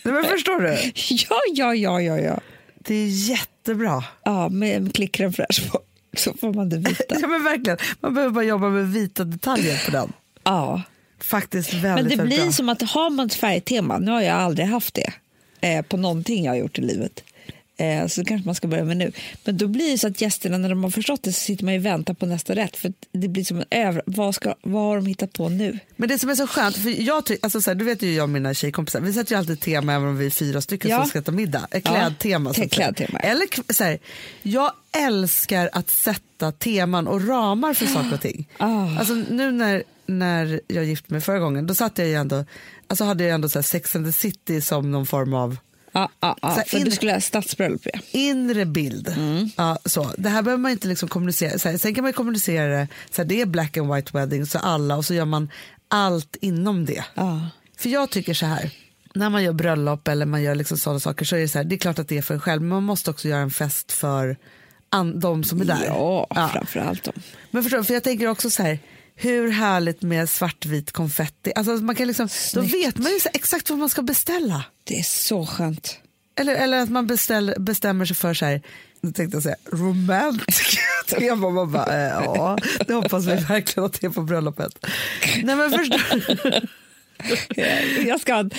Nej, men förstår du? Ja, ja, ja, ja, ja. Det är jättebra. Ja, med klickren fräsch på. Så får man det vita. Ja men verkligen, man behöver bara jobba med vita detaljer på den. Ja. Faktiskt Men väldigt, det väldigt blir bra. som att har man ett färgtema, nu har jag aldrig haft det eh, på någonting jag har gjort i livet. Eh, så det kanske man ska börja med nu. Men då blir det så att gästerna när de har förstått det så sitter man ju och väntar på nästa rätt. För att det blir som en över... Vad, ska... vad har de hittat på nu? Men det som är så skönt, för jag ty- alltså, så här, du vet ju jag och mina tjejkompisar, vi sätter ju alltid tema även om vi är fyra stycken Ja. som ska äta middag. Ett Klädtema. så att säga. klädtema, ja. Eller k- så här, jag älskar att sätta teman och ramar för saker och ting. Ah. Alltså nu när, när jag gifte mig förra gången, då satt jag ju ändå, alltså hade jag ändå så här Sex and the City som någon form av Ja, ja, ja. Så här Ah, För in- du skulle ha stadsbröllop. Ja. inre bild. Mm. Ja, så. Det här behöver man inte liksom kommunicera. Så här, sen kan man ju kommunicera det, så här, det är black and white wedding, så alla, och så gör man allt inom det. Ja. För jag tycker så här, när man gör bröllop eller man gör liksom sådana saker så är det så här, det är klart att det är för en själv, men man måste också göra en fest för an, de som är där. Ja, Ah. framför allt dem. Men förstår, du, för jag tänker också så här, hur härligt med svartvit konfetti. Alltså man kan liksom, då vet man ju så här, exakt vad man ska beställa. Det är så skönt. Eller, eller att man beställ, bestämmer sig för så här, nu tänkte jag säga romantik tema. Man bara, eh, ja, det hoppas vi verkligen att det är på bröllopet. Nej men förstår du? Eh, Jag ska ha ett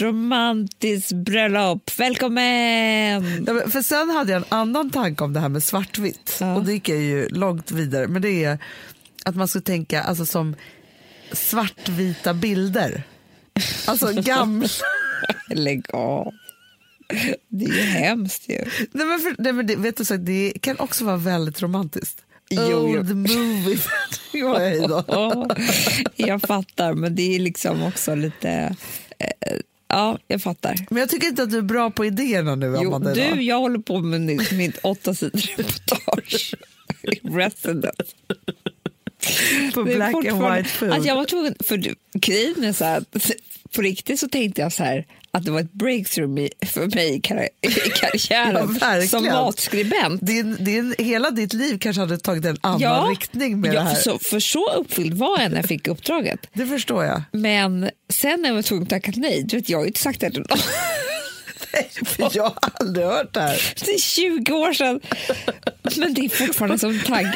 romantiskt bröllop. Välkommen! Ja, men för sen hade jag en annan tanke om det här med svartvitt Ja. och det gick jag ju långt vidare. Men det är att man skulle tänka alltså, som svartvita bilder. Alltså gamla. Lägg av. Det är ju hemskt ju. nej, men för, nej, men det, vet du, så, det kan också vara väldigt romantiskt. Jo, jo. Old movie. det var jag i då. Ja, jag fattar, men det är liksom också lite... Eh, ja, jag fattar. Men jag tycker inte att du är bra på idéerna nu Jo, Amanda. idag. du, jag håller på med mitt, mitt åtta sidor reportage. Resident. på Det är black and fortfarande- white food. Att jag var tvungen, för du- grejen är så här, att på riktigt så tänkte jag så här att det var ett breakthrough i- för mig i karri- i Ja, karriären verkligen. som matskribent. Din, din, hela ditt liv kanske hade tagit en annan riktning med ja, det här. För så, för så uppfylld var jag när jag fick uppdraget. Det förstår jag. Men sen när jag var tvungen att tacka nej, du vet, jag har ju inte sagt det till någon. För jag har aldrig hört det här. Det är 20 år sedan. Men det är fortfarande som tagg.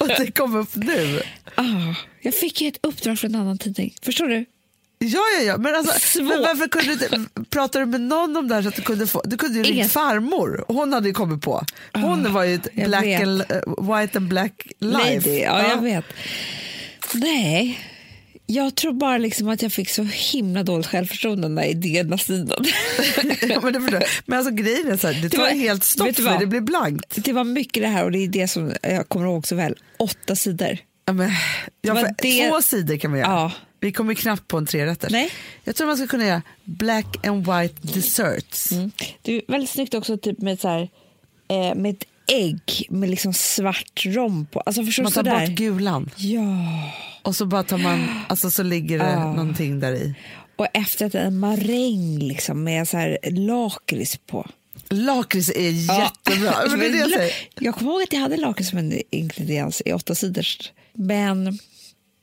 Och det kom upp nu. Ah, jag fick ju ett uppdrag från en annan tidning. Förstår du? Ja, ja, ja. Men, alltså, Svårt. men varför kunde du inte, pratade du med någon om det här så att du kunde få, du kunde ju Ingen. Ah, ringt farmor. Hon hade ju kommit på. Hon var ju ett jag black vet. and, eh, white and black life. Lady, ja, jag vet. Nej, jag tror bara liksom att jag fick så himla dåligt självförtroende när idéerna sinade. Ja, men, det förstår jag. men alltså grejen är så här, det tar var- helt stopp vet du när vad? det blir blankt. det var mycket det här och det är det som jag kommer ihåg så väl. Åtta sidor. Ja, men, ja, var för det- Två sidor kan man göra. Ja. Vi kommer knappt på en trerätters. Nej. Jag tror man ska kunna göra black and white desserts. Mm. Det är väldigt snyggt också typ med, så här, eh, med ett ägg med liksom svart rom på. Alltså förstår du? Man tar sådär? bort gulan Ja. och så bara tar man, alltså så ligger det Ah. någonting där i. Och efter att en maräng liksom med så här lakrits på. Lakrits är jättebra. Men det är det jag säger. Jag kommer ihåg att jag hade lakrits som en ingrediens i åtta sidors. Men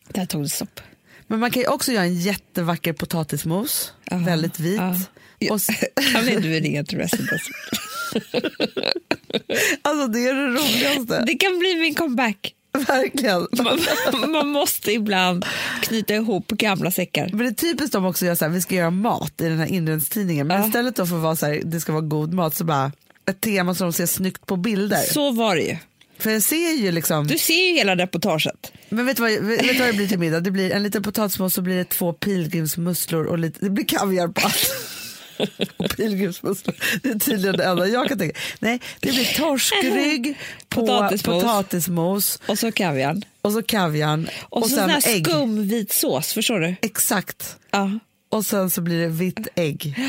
där tog det stopp. Men man kan ju också göra en jättevacker potatismos, väldigt vit. Ja. Och s- Kan inte vi ringa till Resident alltså. alltså det är det roligaste, Det kan bli min comeback. verkligen. Man, man måste ibland knyta ihop gamla säckar. Men det är typiskt de också gör så här, vi ska göra mat i den här inredningstidningen. Men Ja. istället då för att vara så här, det ska vara god mat så bara ett tema som de ser snyggt på bilder. Så var det ju. För jag ser ju liksom, Du ser ju hela reportaget. men vet du, vad, vet du vad det blir till middag? Det blir en liten potatismos så blir det två pilgrimsmusslor och lite, det blir kaviar på allt. Och pilgrimsmusslor, det är tydligen det enda jag kan tänka. Nej, det blir torskrygg på Potatismos. potatismos, Och så kaviarn. och så kaviarn Och, och, så sån sen här ägg. skumvit sås, förstår du? Exakt. Ja. Och sen så blir det vitt ägg.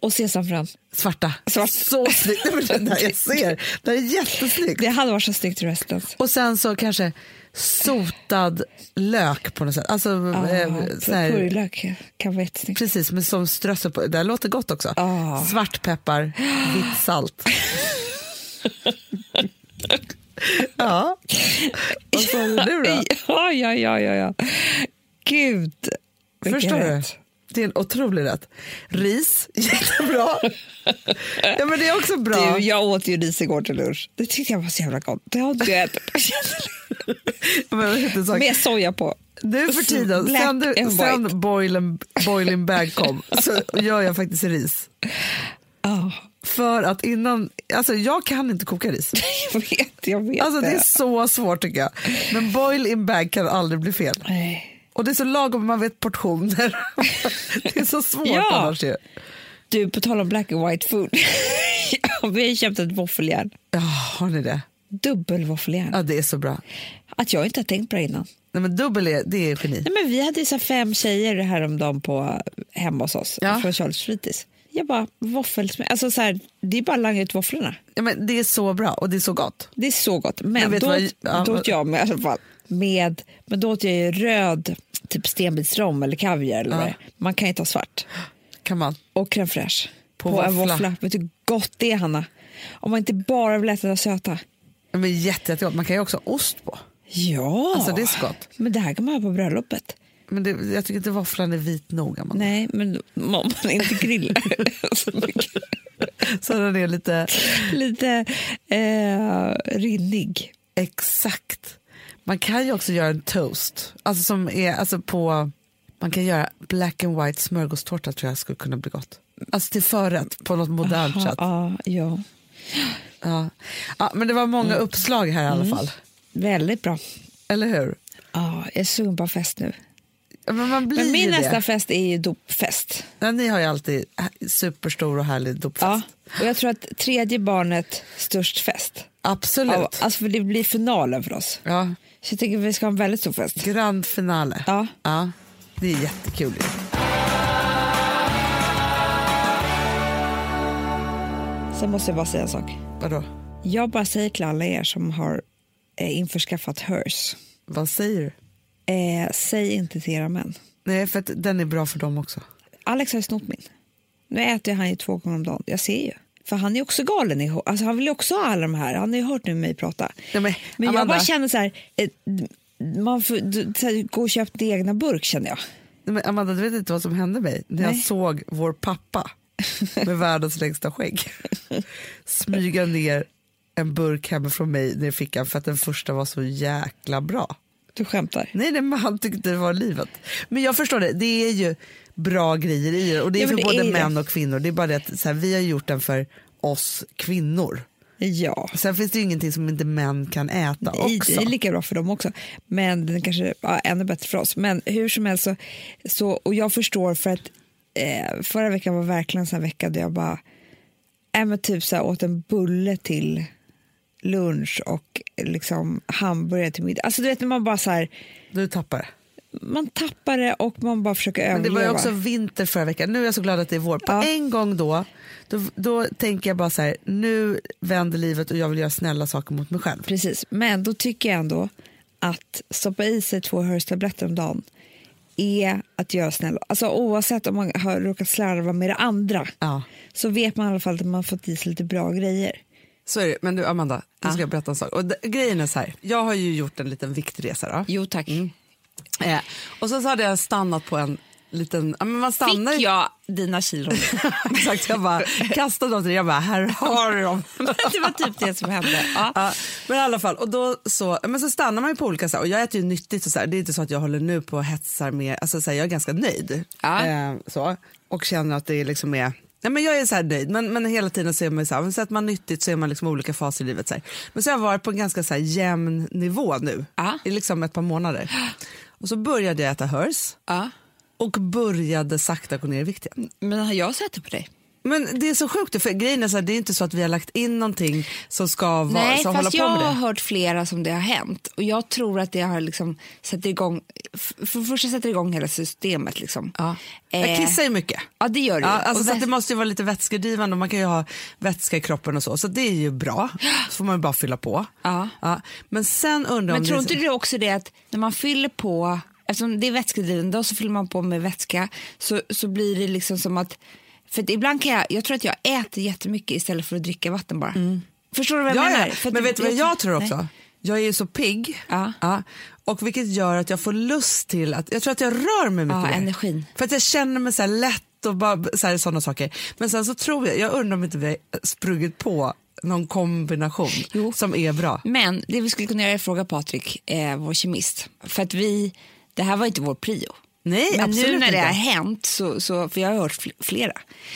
Och sesamfrön. Svarta. Svart. Så snyggt. Nej, men Det där jag ser. Det här är jättesnyggt. Det hade varit så snyggt i Residence. Och sen så kanske sotad lök på något sätt. Alltså, eh, Ja, sån här, Ah, Purjolök kan vara jättesnyggt. precis, men som strössel på. Det där låter gott också. Ah. Svartpeppar, vitt salt. ja. Vad sa du då? Ja, ja, ja, ja, ja. Gud. vilken Förstår du? rätt. Det är en otrolig rätt. Ris, jättebra. ja, men det är också bra. Du, jag åt ju ris igår till lunch. Det tyckte jag var så jävla gott. Det har inte jag ätit på Men vad heter saken? Med soja på. Nu för tiden, Black sen, du, and white. sen boiling, boiling bag kom, så gör jag faktiskt ris. Ja, För att innan, alltså jag kan inte koka ris. jag vet, jag vet. Alltså det är så svårt tycker jag. Men boil in bag kan aldrig bli fel. Nej. Och det är så lagom, man vet portioner. Det är så svårt Ja. annars ju. Du, på tal om black and white food. Ja, Vi har ju köpt ett våffeljärn. Ja, har ni det? Dubbelvåffeljärn. Ja, det är så bra. Att jag inte har tänkt på det innan. Nej men dubbel är, det är geni. Nej, men vi hade ju så här fem tjejer häromdagen på, eh, hemma hos oss Ja. från Charles fritids. Jag bara, våffelsmör. Alltså så här, det är bara att langa ut våfflorna. Ja, men det är så bra och det är så gott. Det är så gott. Men, Men vet då, du vad- åt- ja, då vad- åt jag med, i alla fall, med, men då åt jag ju röd typ stenbitsrom eller kaviar. Eller vad det är. Man kan ju ta svart. Kan man? Och crème fraîche på, På en våffla. våffla. Vet du hur gott det är, Hanna? Om man inte bara vill äta det söta. Ja, Men jätte, jättegott. Man kan ju också ha ost på. Ja, Alltså, det är så gott. men det här kan man ha på bröllopet. Men det, jag tycker inte våfflan är vit nog. Amanda. Nej, men om man inte grillar så mycket. Så den är lite... lite eh, rinnig. Exakt. Man kan ju också göra en toast. Alltså som är, alltså på, man kan göra black and white smörgåstårta tror jag skulle kunna bli gott. Alltså till förrätt på något modernt Ja, sätt. ja, ja. Ja. Ja, men det var många Mm. uppslag här i alla fall. Väldigt bra. Eller hur? Ja, jag är sugen på fest nu. Ja, Men man blir Men min ju nästa det. fest är ju dopfest. Ja, ni har ju alltid superstor och härlig Ja. dopfest. Och jag tror att tredje barnet, störst fest. Absolut. Ja, alltså för det blir finalen för oss. Ja. Så jag tycker vi ska ha en väldigt stor fest. Grand finale. Ja. ja. Det är jättekul. ju. Sen måste jag bara säga en sak. Vadå? Jag bara säger till alla er som har eh, införskaffat hers. Vad säger du? Eh, säg inte till era män. Nej, för att den är bra för dem också. Alex har ju snott min. Nu äter han ju två gånger om dagen. Jag ser ju. För han är också galen. I, hå- alltså han vill ju också ha alla de här. Han har ju hört nu mig prata. Ja, men, Men jag Amanda. bara känner så här. eh, Man får du- så här, gå och köpa din egna burk känner jag. Nej, men Amanda, du vet inte vad som hände mig när Nej. jag såg vår pappa med världens längsta skägg smyga ner en burk hemifrån mig ner i fickan för att den första var så jäkla bra. Du skämtar. Nej, nej men han tyckte det var livet. Men jag förstår det, det är ju bra grejer i det och det är Ja, för men det både är det. män och kvinnor. Det är bara det att så här, vi har gjort den för oss kvinnor. Ja. Sen finns det ju ingenting som inte män kan äta I- också. Det är lika bra för dem också, men den kanske ja, ännu bättre för oss. Men hur som helst, så, så, och jag förstår för att eh, förra veckan var verkligen en sån här vecka där jag bara äh, men typ så här, åt en bulle till lunch och liksom hamburgare till middag. Alltså du vet när man bara så här, Du tappar det. man tappar det och man bara försöker Men det överleva. var ju också vinter förra veckan. Nu är jag så glad att det är vår. På Ja. en gång då, då, då tänker jag bara så här, nu vänder livet och jag vill göra snälla saker mot mig själv. Precis, men då tycker jag ändå att stoppa i sig två hörseltabletter om dagen är att göra snäll. Alltså oavsett om man har råkat slarva med det andra Ja. så vet man i alla fall att man fått i sig lite bra grejer. Så är det. Men du Amanda, nu ska jag berätta en sak. Och d- grejen är så här, jag har ju gjort en liten viktresa då. Jo tack. Eh, och sen så hade jag stannat på en liten, ja, men man stannar ju- jag dina kilo? Exakt, jag bara kastade dem till dig, jag bara här har du dem. det var typ det som hände. Ja. Ja, men i alla fall, och då så, men så stannar man ju på olika sätt och jag äter ju nyttigt och så här, det är inte så att jag håller nu på och hetsar med, alltså så här, jag är ganska nöjd. Ja. Eh, så, och känner att det liksom är, nej men jag är så här nöjd men, men hela tiden så är man ju så här, men så att man nyttigt så är man liksom olika faser i livet så här. Men så har jag varit på en ganska så här jämn nivå nu Ja. i liksom ett par månader. Och så började jag äta hörs Ja. och började sakta gå ner i vikt igen. Men har jag sett det på dig? Men det är så sjukt, för grejen är så här, det är inte så att vi har lagt in någonting som ska vara, Nej, som hålla fast på jag med har det. hört flera som det har hänt. Och jag tror att det har liksom satt igång, f- för det första sätter det igång hela systemet. Liksom. Ja. Eh, Jag kissar ju mycket. Ja, det gör det Ja, ju. alltså, Och så att väts- det måste ju vara lite vätskedrivande och man kan ju ha vätska i kroppen och så, så det är ju bra. Så får man ju bara fylla på. Ja. Men sen undrar Men om tror det- inte du också det att när man fyller på, eftersom det är vätskedrivande och så fyller man på med vätska så, så blir det liksom som att, för att ibland kan jag, jag tror att jag äter jättemycket istället för att dricka vatten bara. Förstår du vad jag ja, menar? ja. För att Men det- vet du vad jag tror också? Jag är ju så pigg. Ja. Och vilket gör att jag får lust till att, jag tror att jag rör mig mycket Ja, mer. energin. För att jag känner mig så här lätt och bara, så här, sådana saker. Men sen så tror jag, jag undrar om inte vi har sprungit på någon kombination Jo. som är bra. Men det vi skulle kunna göra är att fråga Patrik, eh, vår kemist, för att vi, det här var inte vår prio. Nej, Men absolut nu när det inte. har hänt, så, så, för jag har hört fl- flera,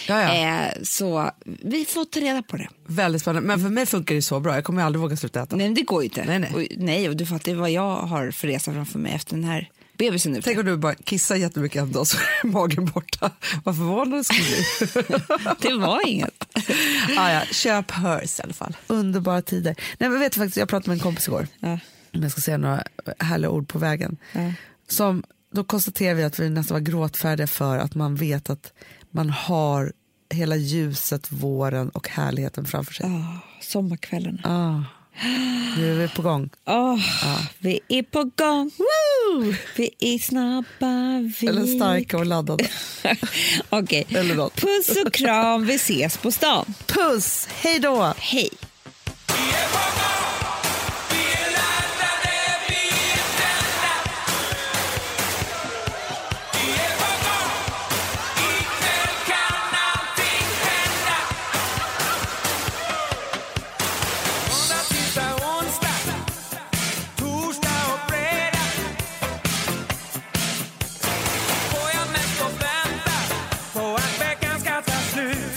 Ja, ja. Eh, så vi får ta reda på det. Väldigt spännande. Men för mig funkar det så bra, jag kommer ju aldrig våga sluta äta. Nej, men det går ju inte. Nej, nej. Och, nej, och du fattar ju vad jag har för resa framför mig efter den här bebisen nu. Tänk om du bara kissar jättemycket en dag så är magen borta. Vad förvånad du skulle bli. Det var inget. ah, ja. Köp hörs i alla fall. Underbara tider. Nej, men vet du, faktiskt, jag pratade med en kompis igår, Ja. om jag ska säga några härliga ord på vägen. Ja. Som, då konstaterade vi att vi nästan var gråtfärdiga för att man vet att man har hela ljuset, våren och härligheten framför sig. Oh, sommarkvällarna. Ah. Nu är vi på gång. Åh, Ah, Ah. Vi är på gång. Woo! Vi är snabba. Vi... Eller starka och laddade. Okej. Eller något. Puss och kram. Vi ses på stan. Puss, hej då! Hej. Måndag, tisdag, onsdag, torsdag och fredag Får jag mest att vänta på att veckan ska ta slut